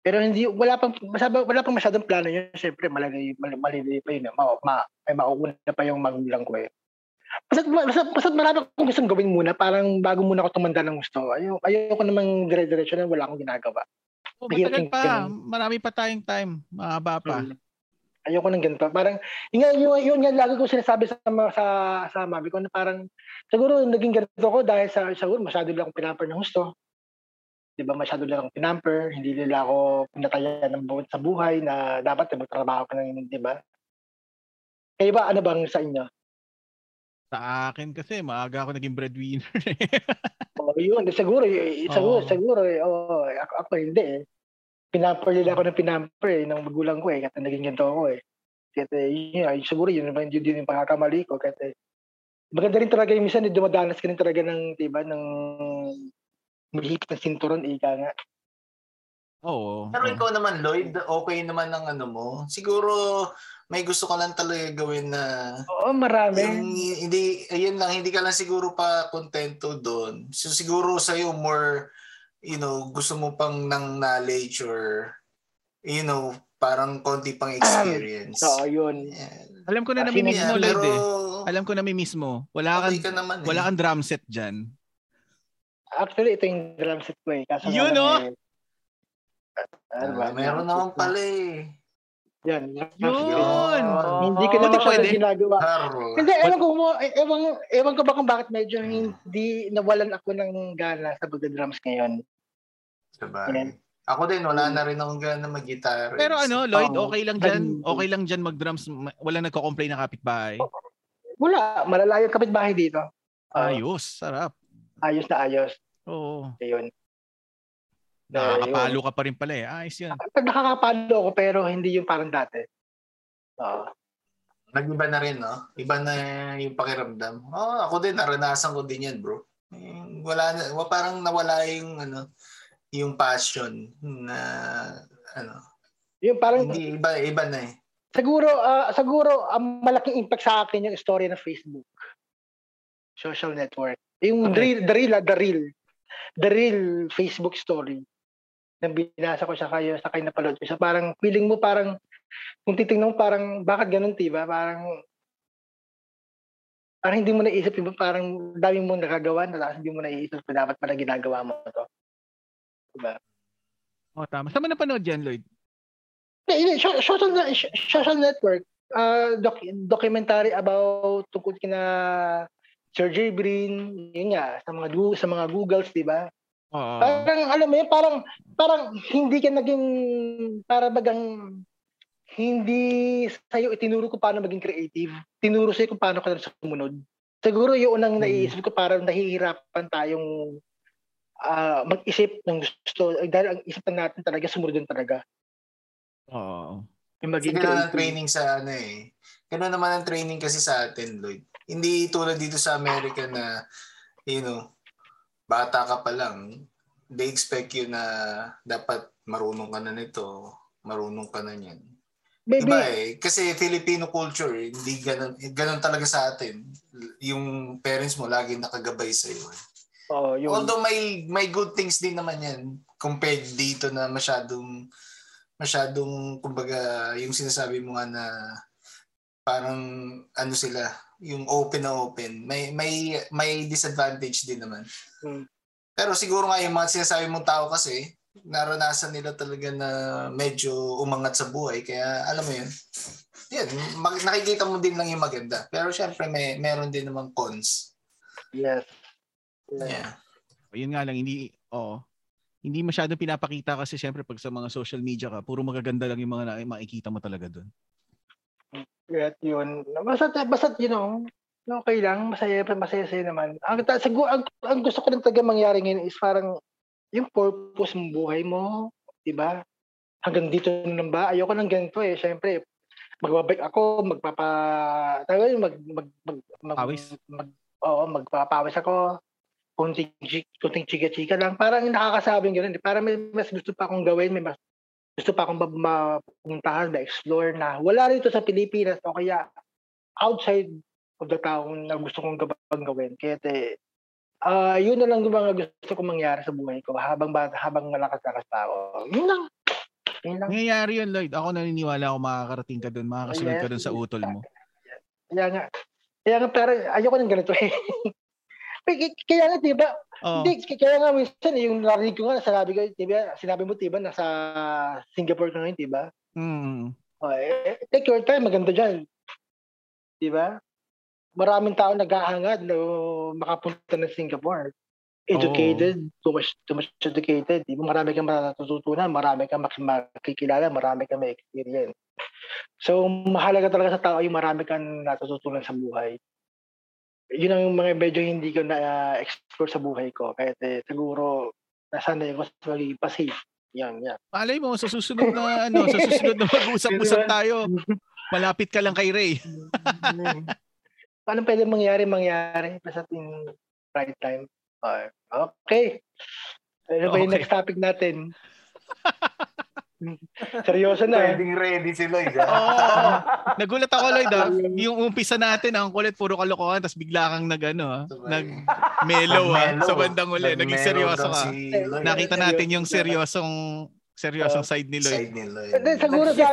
Pero hindi, wala pang, masaba, wala pang masyadong plano yun. Siyempre, malagay, mal, malilay pa yun. eh. Ma, ma, ay, mauuna pa yung magulang ko eh. Basta, basta, basta marami akong gustong gawin muna. Parang bago muna ako tumanda ng gusto. Ayaw, ayaw ko namang dire-diretso na wala akong ginagawa.
Oh, matagal pa. Marami pa tayong time. Mahaba pa.
Hmm. Ayoko ng ganito. Parang, yun, nga- yun, yun, yun, lagi ko sinasabi sa, mga- sa, sa mami ko na parang, siguro naging ganito ko dahil sa, siguro masyado lang akong pinamper ng gusto. Di ba, masyado lang akong pinamper, hindi nila ako pinataya ng buwan sa buhay na dapat magtrabaho ka ng, di ba? Kayo ba, ano bang sa inyo?
Sa akin kasi, maaga ako naging breadwinner.
Oh, yun, siguro, y- siguro,
Oo.
siguro, eh, oo, ako, ako hindi eh. Pinamper nila ako ng pinamper eh, ng magulang ko eh, kaya naging ganito ako eh. Kaya eh, yun, ay, siguro yun, naman yun din yung pagkakamali ko. Kaya eh, maganda rin talaga yung minsan, eh, dumadanas ka rin talaga ng, diba, ng malihit na sinturon, ika nga.
Oo.
Pero
oo.
ikaw naman, Lloyd, okay naman ang ano mo. Siguro, may gusto ka lang talaga gawin na
Oo, marami.
yung, hindi, ayun lang, hindi ka lang siguro pa kontento doon. So, siguro sa'yo more, you know, gusto mo pang ng knowledge or, you know, parang konti pang experience.
Oo, yun.
Yeah.
Alam ko na
Ah,
namimiss mo,
sino yan?
Lloyd
pero,
eh. Alam ko namimiss mo. Wala
okay
kang,
ka naman eh.
wala kang drum set dyan.
Actually, ito yung drum set ko eh. Kaso
Yun,
nga lang,
oh!
eh,
Ah,
ano ba?
meron naman pala eh.
Yan.
Yun!
Oo.
Hindi ko na
Buti
masyado
pwede.
ginagawa.
Harl.
Hindi, ewan ko, mo, e- ewan, ewan ko ba kung bakit medyo hindi nawalan ako ng gana sa pagdadrums ngayon. Yan.
Sabagay. Ako din, wala na rin akong gana eh. mag-guitar.
Pero ano, Lloyd,
Oo.
okay lang dyan.
Ganun.
Okay lang dyan mag-drums. Ma- Wala nagko-complain na kapitbahay.
Wala, malalayo ang kapitbahay dito. Oo,
Ayos, sarap.
Ayos na ayos.
Oo.
Ayun.
Nakakapalo ka pa rin pala eh. Ayos yan.
Pag nakakapalo ako pero hindi yung parang dati. Ah, Oo.
Nag-iba na rin, no? Iba na yung pakiramdam. Oo, ako din, naranasan ko din yan, bro. Yung Wala na, wa- parang nawala yung, ano, yung passion na, ano,
Yung parang
hindi, iba, iba na eh.
siguro ah, siguro ang malaking impact sa akin yung story ng Facebook. Social network. Yung drill, the real, ah, the real. The real Facebook story. Nang binasa ko siya kayo, sa kayo napalood ko siya. Parang feeling mo parang kung titingnan mo parang bakit ganun 'di ba? Parang parang hindi mo naisip, diba? parang dami mo nagagawa na tapos hindi mo naisip na dapat pala ginagawa mo to.
Oh, tama. Saan mo napanood yan, Lloyd?
Yeah, yeah, so- social ne- so- social network uh doc- documentary about tungkol kina Sir J. Breen, yun nga, sa mga, gu- sa mga Googles, di ba?
Oo.
Parang alam mo yun, parang parang hindi ka naging para bagang hindi sa'yo itinuro ko paano maging creative. Tinuro sa'yo kung paano ka na sumunod. Siguro yun ang
Hmm.
naiisip ko parang nahihirapan tayong ah, mag-isip ng gusto. Eh, Dahil ang isip na natin talaga, sumunod din talaga.
Oo.
Yung
Kasi
maging
ganun ang
creative.
training sa ano eh. Ganun naman ang training kasi sa atin, Lloyd. Hindi tulad dito sa America na, you know, bata ka pa lang, they expect you na dapat marunong ka na nito, marunong ka na niyan.
Maybe,
Iba eh. Kasi Filipino culture, eh, hindi ganun, eh, ganun talaga sa atin. Yung parents mo lagi nakagabay sa iyo.
oh, yun.
Although may may good things din naman 'yan compared dito na masyadong masyadong kumbaga yung sinasabi mo nga na parang ano sila yung open na open may may may disadvantage din naman.
Hmm.
Pero siguro nga yung mga sinasabi mong tao kasi naranasan nila talaga na medyo umangat sa buhay kaya alam mo yun yan mag- nakikita mo din lang yung maganda pero syempre may meron din namang cons
yes.
yeah
Yun nga lang, hindi, oo. Hindi masyado pinapakita kasi syempre pag sa mga social media ka, puro magaganda lang yung mga na, makikita mo talaga doon.
At yun. Basta, basta, you know, okay lang, masaya, masaya sa'yo naman. Ang, ta- siguro, ang, ang gusto ko lang talaga mangyari ngayon is parang yung purpose ng buhay mo, di ba? Hanggang dito na lang ba? Ayoko ng ganito eh. Siyempre, magbabike ako, magpapa... Tayo yun, mag... mag, mag, mag
Pawis?
Mag, oo, magpapawis ako. Kunting, chi- kunting chika-chika lang. Parang nakakasabing ganun. eh. Parang may mas gusto pa akong gawin, may mas gusto pa akong ma- mapuntahan, ma-explore na wala rito sa Pilipinas o kaya outside of the town na gusto kong gabang gawin. Kaya te, ah, yun na lang yung mga gusto kong mangyari sa buhay ko habang ba- habang malakas-lakas pa ako. Yun lang. Yun lang.
Nangyayari yun, Lloyd. Ako naniniwala ako makakarating ka doon, makakasunod ka doon sa utol mo.
Kaya nga, kaya nga parang ayoko ng ganito eh. Kaya- kaya nga, di ba,
Oo.
Hindi, k- kaya nga minsan, eh, yung narinig ko nga, sinabi ko, diba, sinabi mo, diba, nasa Singapore ka ngayon, diba?
Mm.
Oh, eh, eh, take your time, maganda dyan. Diba? Maraming tao naghahangad na makapunta ng Singapore. Educated, too, much, too much educated. Diba? Marami kang matututunan, marami kang mak- makikilala, marami kang may experience. So, mahalaga talaga sa tao yung marami kang natututunan sa buhay. Yun ang mga medyo hindi ko na-explore sa buhay ko. Kaya eh, siguro, nasanay ko sa magiging passive. Yan, yan.
Malay mo, sa susunod na, ano, sa susunod na mag-usap-usap tayo, malapit ka lang kay Ray.
Mm. Paano pwede mangyari, mangyari basta in right time. Okay. okay. Ano ba yung
Okay.
next topic natin? Seryoso na. eh.
pwedeng ready si Lloyd
Oo. Nagulat ako, Lloyd. ah. Yung umpisa natin, ang kulit, puro kalokohan, tapos bigla kang nag, ano, ah, nag mellow ah, sa bandang uli. Naging seryoso ka. Nakita natin yung seryosong seryosong side ni Lloyd.
Side ni Lloyd.
Hindi, Eh, siguro sa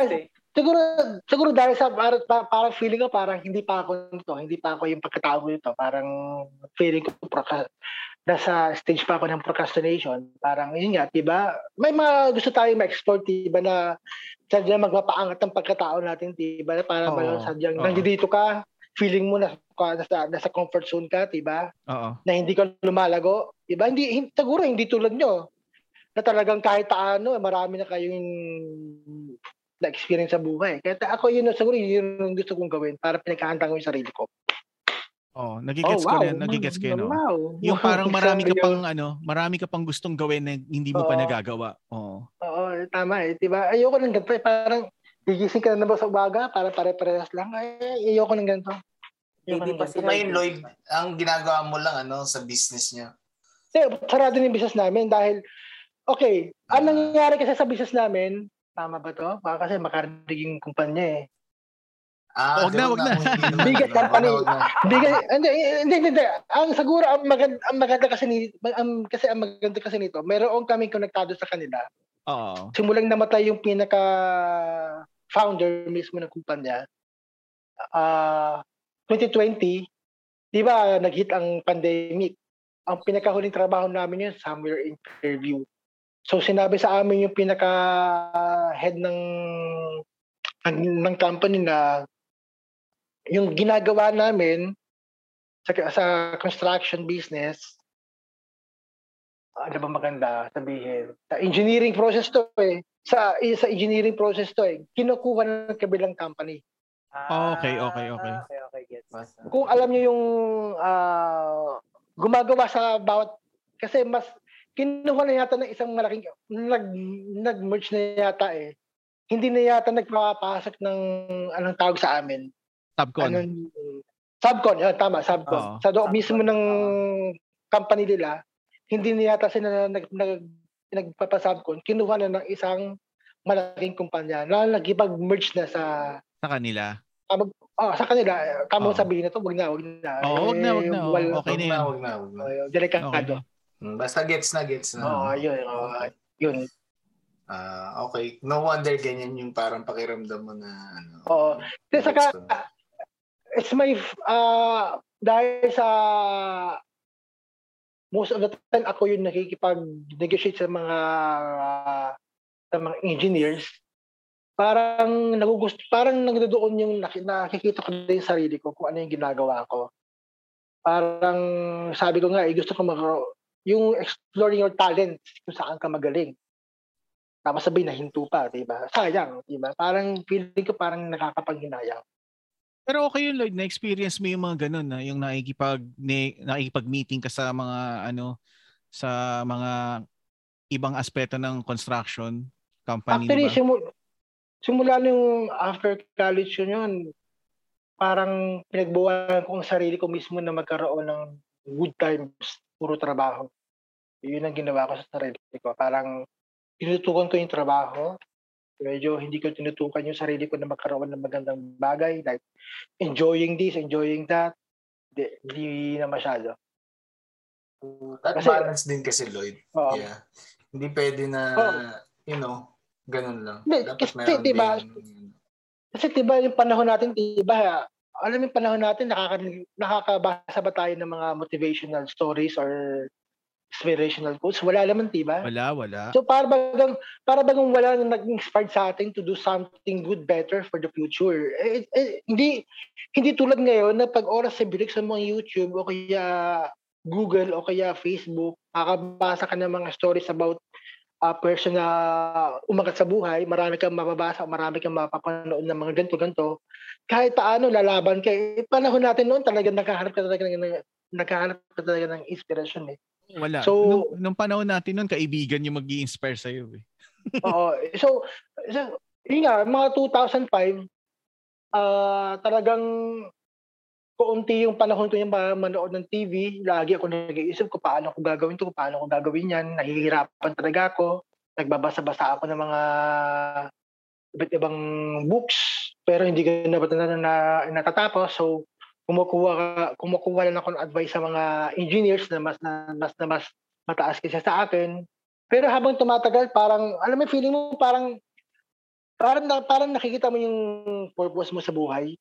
siguro siguro dahil sa para, para, parang feeling ko parang hindi pa ako nito, hindi pa ako yung pagkatao ko nito. Parang feeling ko proka, nasa stage pa ako ng procrastination. Parang yun nga, 'di ba? May mga gusto tayong ma-explore, 'di ba na sadyang magpapaangat ng pagkatao natin, 'di ba? Para
Oo.
oh, sadyang
Oo.
nandito ka, feeling mo na nasa, nasa comfort zone ka, 'di ba?
Oo.
na hindi ka lumalago. Diba? Hindi, hin- siguro hindi tulad nyo na talagang kahit ano, marami na kayong na-experience sa buhay. Kaya ta- ako yun, na- siguro yun yung gusto kong gawin para pinagkahanda ko yung sarili ko.
Oh, nagigets ko na, yun, nagigets ko yun. oh.
Wow.
Yung parang
Isang
marami ka
million.
pang ano, marami ka pang gustong gawin na hindi mo pa
Oo.
nagagawa. Oo.
Oo, tama eh. Diba? Ayoko ng ganito eh. Parang gigising ka na ba sa umaga para pare-parehas lang. Ay, ayoko ng ganito. Ayoko
Hindi
ng
pa
ganito.
sila-
Ngayon, Lloyd, ang ginagawa mo lang ano sa business niya.
Kasi sarado na yung business namin dahil, okay, ang
Ah.
nangyayari kasi sa business namin, tama ba to? Baka kasi makarinig yung kumpanya eh.
Ah,
Huwag na,
ganun
huwag na.
kung hindi
Bigat
naman,
company.
huwag na, huwag na.
Hindi, kasi- hindi, hindi, hindi, hindi. Ang siguro, ang maganda, ang maganda kasi ni, ang, kasi ang maganda kasi nito, meron kaming konektado sa kanila.
Oo.
Simulang namatay yung pinaka founder mismo ng kumpanya. Ah, 2020, di ba, nag-hit ang pandemic. Ang pinakahuling trabaho namin yun, somewhere interview. So sinabi sa amin yung pinaka head ng ng, ng company na yung ginagawa namin sa, sa construction business ano ba maganda sabihin? Sa engineering process to eh. Sa, eh, sa engineering process to eh. Kinukuha ng kabilang company.
Ah, okay, okay, okay.
Okay, okay, gets.
Kung alam niyo yung ah, gumagawa sa bawat... Kasi mas... Kinuha na yata ng isang malaking... Nag, nag-merge na yata eh. Hindi na yata nagpapasok ng anong tawag sa amin.
Tabcon.
Anong, subcon, yun, tama, subcon.
Oo.
sa loob
Subcon,
mismo ng company nila, hindi na yata sila nag, nag, nagpapasubcon, kinuha na ng isang malaking kumpanya na nag-merge na sa
sa kanila.
ah sa kanila. Tama
Oo.
sabihin na to, wag na, wag na.
Oo, wag na, wag na, oo.
wala-
Okay na
na,
yan.
huwag na, huwag na.
Oh, yun,
Okay.
Delikado.
Hmm, Basta gets na, gets na.
Oo, yun. oo, yun.
Ah, okay. No wonder ganyan yung parang pakiramdam mo na ano.
Oo. Kasi
gets
saka,
ko.
it's my, ah dahil sa, most of the time, ako yung nakikipag-negotiate sa mga, ah, sa mga engineers. Parang nagugust, parang nagdodoon yung naki- nakikita ko din sa sarili ko kung ano yung ginagawa ko. Parang sabi ko nga, eh, gusto ko mag yung exploring your talents, kung saan ka magaling. Tama sabihin na hinto pa, di ba? Sayang, di ba? Parang feeling ko parang nakakapanghinayang.
Pero okay yun Lloyd, na-experience mo yung mga ganun na yung nakikipag ne, nakikipag-meeting ka sa mga ano sa mga ibang aspeto ng construction company,
Actually,
di ba?
simu- simula nung after college yun yun, parang pinagbawalan ko ang sarili ko mismo na magkaroon ng good times, puro trabaho. Yun ang ginawa ko sa sarili ko. Parang tinutukan ko yung trabaho. Medyo hindi ko tinutukan yung sarili ko na magkaroon ng magandang bagay. Like, enjoying this, enjoying that. Hindi, hindi na masyado.
That
Kasi-
balance din kasi, Lloyd.
Oo.
Yeah. Hindi pwede na,
Oo.
you know, ganun lang.
Hindi,
Dapat
kasi,
meron
di ba,
din.
Kasi tiba yung panahon natin, tiba, alam yung panahon natin, nakaka, nakakabasa ba tayo ng mga motivational stories or inspirational quotes? Wala naman, tiba?
Wala, wala.
So para bagang, para bagang wala nang nag-inspire sa atin to do something good, better for the future. Eh, eh, hindi, hindi tulad ngayon na pag oras sa bilik sa mga YouTube o kaya Google o kaya Facebook, makakabasa ka ng mga stories about a person na umangat sa buhay, marami kang mababasa, marami kang mapapanood ng mga ganito-ganito, kahit paano lalaban ka. Eh, Panahon natin noon talaga nagkahanap ka talaga ng, nagkahanap ka talaga ng inspiration eh.
Wala.
So-
nung, nung panahon natin nun, kaibigan yung mag inspire sa'yo eh.
Oo. So, so yun nga, mga 2005, ah talagang kaunti yung panahon ko yung ma- manood ng TV. Lagi ako nag-iisip ko paano ko gagawin to, paano ko gagawin yan. Nahihirapan talaga ako. Nagbabasa-basa ako ng mga iba't ibang books pero hindi ko na, na, na natatapos. So, kumukuha, ka- kumukuha lang ako ng advice sa mga engineers na mas na, mas na mas mataas kaysa sa akin. Pero habang tumatagal, parang, alam mo, feeling mo parang, parang, na, parang nakikita mo yung purpose mo sa buhay.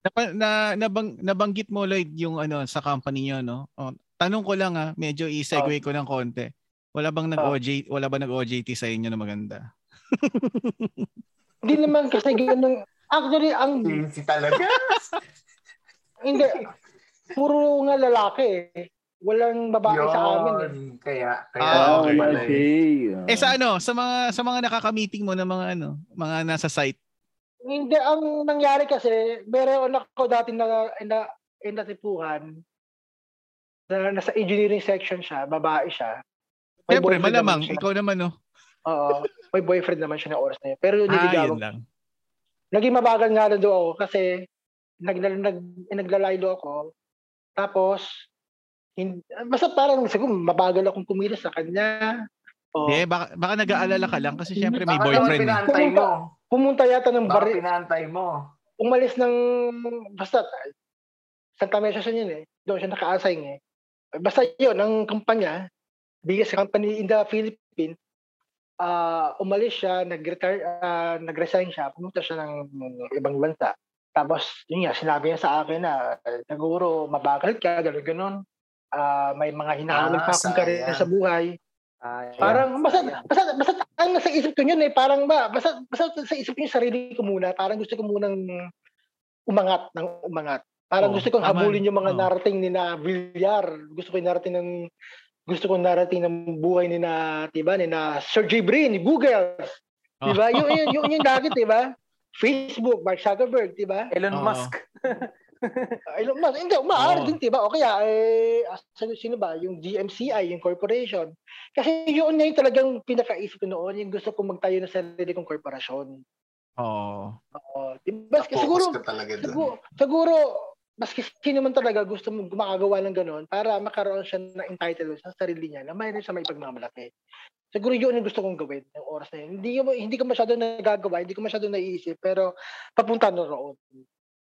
Napa, na, nabang, nabanggit mo Lloyd yung ano sa company nyo, no? O, tanong ko lang ha, medyo
Ah.
i-segue ko ng konti. Wala bang nag-OJ, wala ba nag-OJT sa inyo na maganda?
Hindi naman kasi ganun. Actually, ang,
Easy talaga.
hindi, puro nga lalaki eh. Walang babae sa amin eh.
Yun. Kaya, kaya.
Ah,
Oh,
okay.
okay.
Ah.
Eh sa ano, sa mga sa mga nakaka-meeting mo na mga ano, mga nasa site.
Hindi, ang nangyari kasi, meron ako dati na, na, na natipuhan, na nasa engineering section siya, babae siya. May
Siyempre,
boyfriend naman
malamang
siya.
ikaw naman oh. no.
Oo. May boyfriend naman siya na oras na yun. Pero yung
Ah,
niligawan
yun lang.
naging mabagal nga na doon ako kasi nag, nag, naglalaylo ako. Tapos, hin- basta parang siguro mabagal akong kumilos sa kanya. O,
Eh, baka, baka nag-aalala ka lang kasi siyempre may
Baka naman
boyfriend. eh.
pinaantay mo.
pumunta yata ng
Baka
bari,
pinaantay mo.
umalis ng, basta, Santa Mesa siya yun eh. Doon siya naka-assign eh. Basta yun, ang kumpanya, biggest company in the Philippines, ah umalis siya, nag-retire, ah, nag-resign siya, pumunta siya ng ibang bansa. Tapos, yun nga, sinabi niya sa akin na, siguro, mabagal ka, gano'n, gano'n. Ah, may mga hinahanap
Ah,
pa akong
sayang.
karera sa buhay.
Ah, yeah.
Parang, basta, basta, basta, ang nasa isip ko yun eh, parang ba, basta, basta sa isip ko yung sarili ko muna, parang gusto ko munang umangat ng umangat. Parang
Oo,
gusto kong
tama.
habulin yung mga
Oo.
narating ni na Villar. Gusto ko yung narating ng gusto kong narating ng buhay ni na, diba, ni na Sir J. Brin, ni Google. Diba? Yung, yun, yun, yun dati, diba? Facebook, Mark Zuckerberg, diba?
Elon
Oo.
Musk.
Ah, Elon Musk, hindi, maaari
Oo.
din, diba? O kaya, eh, ah, sino, sino ba? Yung GMCI, yung corporation. Kasi yun na yung talagang pinakaisip ko noon, yung gusto kong magtayo ng sarili kong korporasyon.
Oo.
O, diba?
Focus
Siguro,
ka talaga doon.
Siguro, siguro maski sino man talaga gusto mong gumagawa ng ganun para makaroon siya ng entitlement sa sarili niya na mayroon siya may pagmamalaki. Siguro yun yung gusto kong gawin ng oras na yun. Hindi, ko- hindi ko masyado nagagawa, hindi ko masyado naiisip, pero papunta na roon.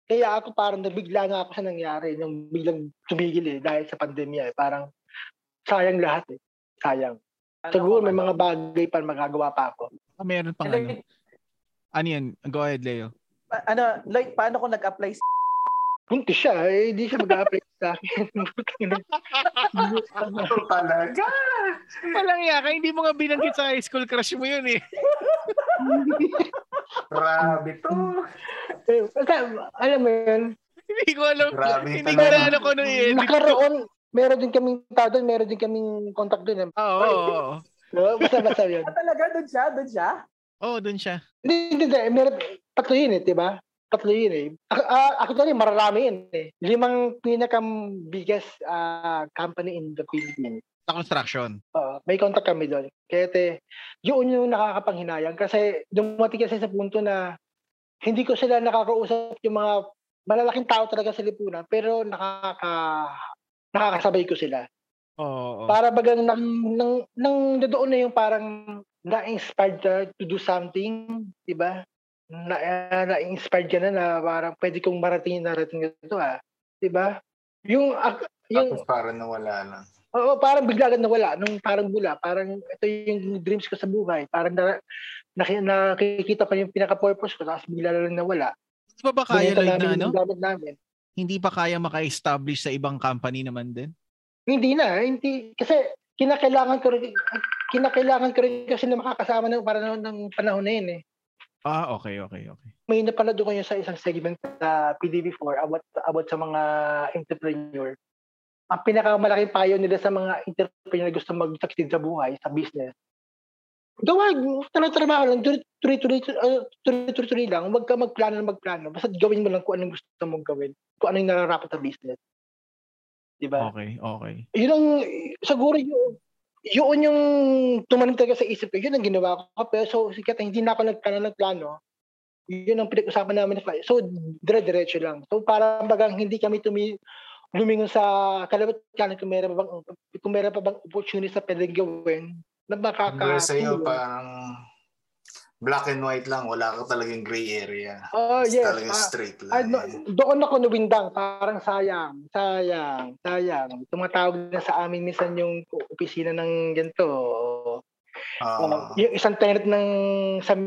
Kaya ako parang nabigla nga ako sa nangyari nung biglang tumigil eh dahil sa pandemya eh. Parang sayang lahat eh. Sayang. Siguro may mga bagay pa magagawa pa ako.
Ah, meron pang ano.
Lloyd,
Ano yan? Go ahead, Leo.
pa- ano, Lloyd, paano ko nag-apply sa
Punti siya eh. Hindi siya mag-apply sa akin.
Ito talaga.
Walang yaka, hindi mo nga binanggit sa high school crush mo yun eh.
Grabe to.
Eh, kasi, alam mo yun,
hindi ko alam.
Grabe
hindi ko
talaga.
na ano ko nung i-edit.
nakaroon, meron din kaming tao doon, meron din kaming contact doon. Eh.
Oo, Oo. oo.
So, basta-basta yun.
Ah, talaga? Doon siya? Doon siya?
Oo, dun siya.
Hindi, hindi, hindi. Meron, tatlo yun eh, di ba? Tatlo yun eh. Ako, ah, ako talaga, mararami yun eh. Limang pinakang biggest ah, company in the Philippines.
Sa construction.
Oo, may contact kami doon. Kaya te, yun yung nakakapanghinayang kasi dumating kasi sa punto na hindi ko sila nakakausap yung mga malalaking tao talaga sa lipunan pero nakaka nakakasabay ko sila.
Oo. oo.
Para bagang nang nang nang doon na yung parang na-inspired ka to do something, 'di ba? Na, na-inspired ka na na parang pwede kong marating narating ito ah. 'Di ba? Yung ak- yung
Tapos parang nawala na.
Oo, parang bigla agad nawala nung parang bula, parang ito yung dreams ko sa buhay, parang na, naki- nakikita ko yung pinaka-purpose ko, tapos bigla na lang nawala.
Hindi pa ba kaya, Lloyd, na
Binenta namin
ano?
yung gamit namin.
Hindi pa kaya maka-establish sa ibang company naman din?
Hindi na, hindi, kasi kinakailangan ko rin, kinakailangan ko rin kasi na makakasama ng, para ng, ng panahon na yun eh.
Ah, okay, okay, okay.
May napalado ko yun sa isang segment sa PDB4 about, about sa mga entrepreneur. Ang pinakamalaking payo nila sa mga entrepreneur na gusto mag-succeed sa buhay, sa business, gawa, trabaho lang, tuloy-tuloy uh, tuloy-tuloy lang, huwag ka magplano na magplano. Basta gawin mo lang kung anong gusto mong gawin, kung ano yung nararapat sa business. Diba?
Okay, okay.
Yun ang, siguro yun, yun yung tumanim talaga sa isip ko, yun ang ginawa ko. Pero so, sikat, hindi na ako nagplano ng plano. Yun ang pinag-usapan namin. ng client. So, dire-diretso lang. So, parang bagang hindi kami tumi lumingon sa kalabat kanan kung meron pa bang, kung meron pa bang opportunity sa pwede gawin na
Siguro
makaka
sa'yo parang black and white lang. Wala ka talagang gray area.
Oh,
It's
yes.
Talagang
Ah,
straight lang.
ah, do- doon ako nuwindang. Parang sayang, sayang, sayang. Tumatawag na sa amin minsan yung opisina ng ganito.
Ah,
Oh, yung isang tenant ng sa,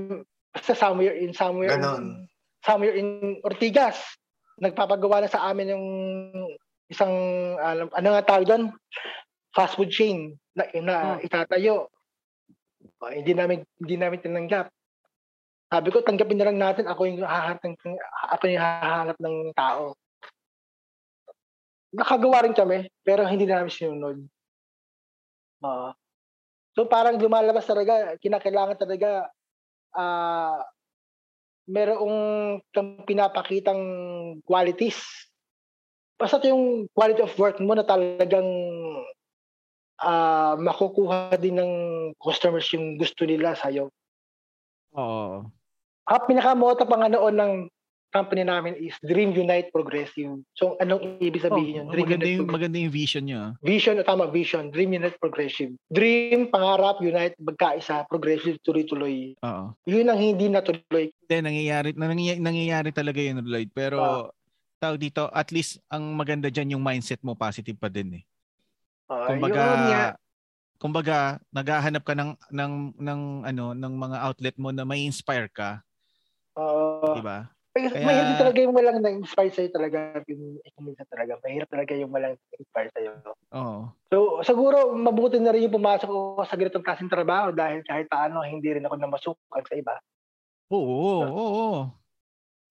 sa somewhere in somewhere
Ganon.
in, somewhere in Ortigas. Nagpapagawa na sa amin yung isang alam ano nga tawag doon? Fast food chain na, na itatayo. Oh, hindi namin hindi namin tinanggap. Sabi ko tanggapin na lang natin ako yung hahanap ako yung hahanap ng tao. Nakagawa rin kami pero hindi namin sinunod. Ah. So parang lumalabas talaga, kinakailangan talaga ah merong kang pinapakitang qualities. Basta yung quality of work mo na talagang ah makukuha din ng customers yung gusto nila sa'yo.
Oo.
Ang pinakamoto pa nga noon ng company namin is Dream Unite Progressive. So anong ibig sabihin yun?
Oh,
Dream
maganda,
Unite
yung,
Progressive.
maganda yung vision niya. ah.
Vision, o tama, vision. Dream Unite Progressive. Dream, pangarap, unite, magkaisa, progressive, tuloy-tuloy.
Oo.
Yun ang hindi natuloy.
Hindi, nangyayari, nangyayari, nangyayari talaga yun, Lloyd. Pero, tawag dito, at least, ang maganda dyan yung mindset mo, positive pa din eh.
Uh,
Kumbaga,
yun nga.
kumbaga, naghahanap ka ng, ng, ng, ano, ng mga outlet mo na may inspire ka,
Oo.
di ba?
Kaya...
Diba? Kaya-
Mahirap din talaga yung walang na-inspire sa'yo talaga. Yung ikumisa talaga. Mahirap talaga yung walang na-inspire sa'yo.
Oo.
So, siguro, mabuti na rin yung pumasok ko sa ganitong klaseng trabaho dahil kahit paano, hindi rin ako namasukan sa iba.
Oo, oo, oo.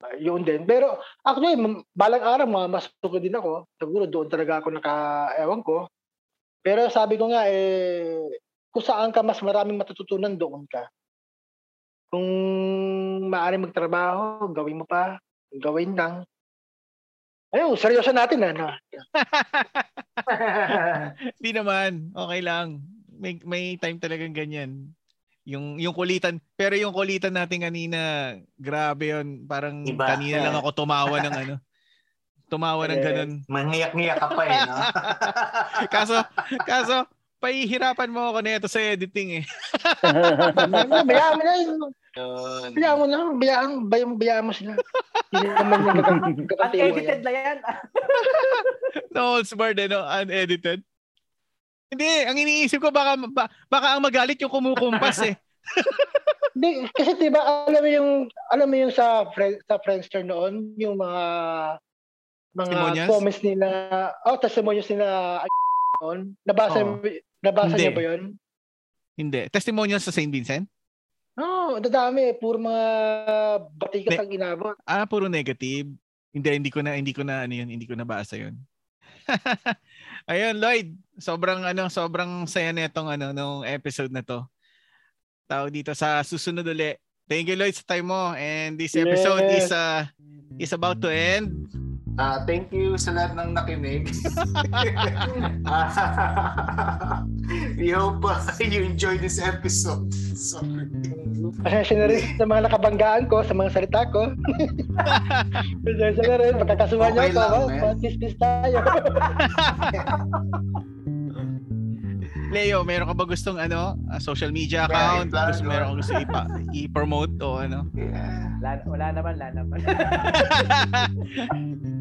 Ah, yun din. Pero, actually, mam- balang araw, mamasukan din ako. Siguro, doon talaga ako naka, ewan ko. Pero sabi ko nga, eh, kung saan ka mas maraming matututunan, doon ka. Kung maaari magtrabaho, gawin mo pa, gawin lang. Ayun, seryoso natin, ano?
Hindi naman. Okay lang. May, may time talagang ganyan. Yung yung kulitan, pero yung kulitan natin kanina, grabe 'yon. Parang
Iba.
kanina lang ako tumawa ng ano. Tumawa ng
Yes.
ganun.
Mangiyak-ngiyak ka pa eh, no?
Kaso kaso pahihirapan mo ako nito sa editing eh.
bayaan Ano, mo na yun.
Yun.
Bayaan mo na. Bayaan, bayaan, bayaan mo sila. Hindi naman yung gagat- gagatiwa
Unedited
yan.
na yan.
No holds barred, eh, no? Unedited. Hindi, ang iniisip ko baka ba- baka ang magalit yung kumukumpas eh.
Hindi, kasi diba, alam mo yung, alam mo yung sa, friend, sa Friendster noon, yung mga, mga
Testimonials?
comments nila, oh, testimonials nila, noon. Nabasa,
Oh.
Oo.
nabasa
Hindi.
niyo ba yun?
Hindi. Testimonial sa St. Vincent?
No, ang dadami. Puro mga
Hindi.
batikas ang inabot.
Ah, puro negative. Hindi, hindi ko na hindi ko na ano yun, hindi ko nabasa yun. Ayun, Lloyd, sobrang ano, sobrang saya nitong ano nung episode na to. Tao dito sa susunod uli. Thank you Lloyd sa time mo and this episode is
Yes.
uh, is about to end.
Ah, thank you sa lahat ng nakinig. Ah, We hope uh, you enjoyed this episode. Sorry.
Pasensya na rin sa mga nakabanggaan ko, sa mga salita ko. Pasensya na rin, pagkakasuhan niyo
Okay lang,
ako.
man.
Patis-tis tayo.
Leo, meron ka ba gustong ano, uh, social media account?
Meron, plano
Gusto
yun.
meron ka gusto ipa- i-promote o ano?
Yeah.
Wala, wala naman, wala naman.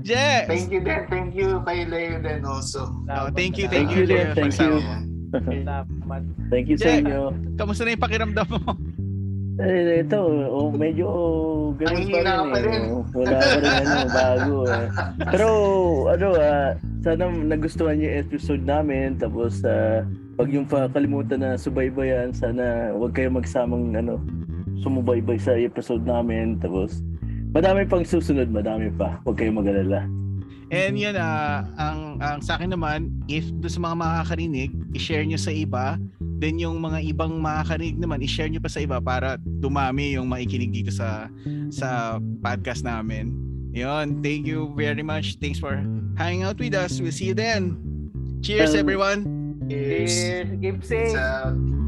Je.
Thank you din. Thank you kay Leo din also.
Oh, thank you, thank,
Thank you,
you, Leo.
Leo. Thank
Pagsama.
you.
Ayan.
Salamat.
Thank you sa
Yeah.
inyo.
Kamusta na 'yung pakiramdam mo?
Eh, ito, oh, medyo oh, ganun pa
Nanghihina
rin,
ka pa rin.
eh. Wala pa rin ano, bago eh. Pero, ano ah, sana nagustuhan niyo yung episode namin. Tapos, ah, pag yung pa- kalimutan na subaybayan, sana huwag kayo magsamang ano, sumubaybay sa episode namin. Tapos, madami pang susunod, madami pa. Huwag kayo mag-alala.
And yun, ah, ang, ang sa akin naman, if do sa mga makakarinig, i-share nyo sa iba. Then yung mga ibang makakarinig naman, i-share nyo pa sa iba para dumami yung maikinig dito sa sa podcast namin. Yun, thank you very much. Thanks for hanging out with us. We'll see you then. Cheers,
Um,
everyone!
Cheers.
Cheers. Keep
Peace
safe.
out.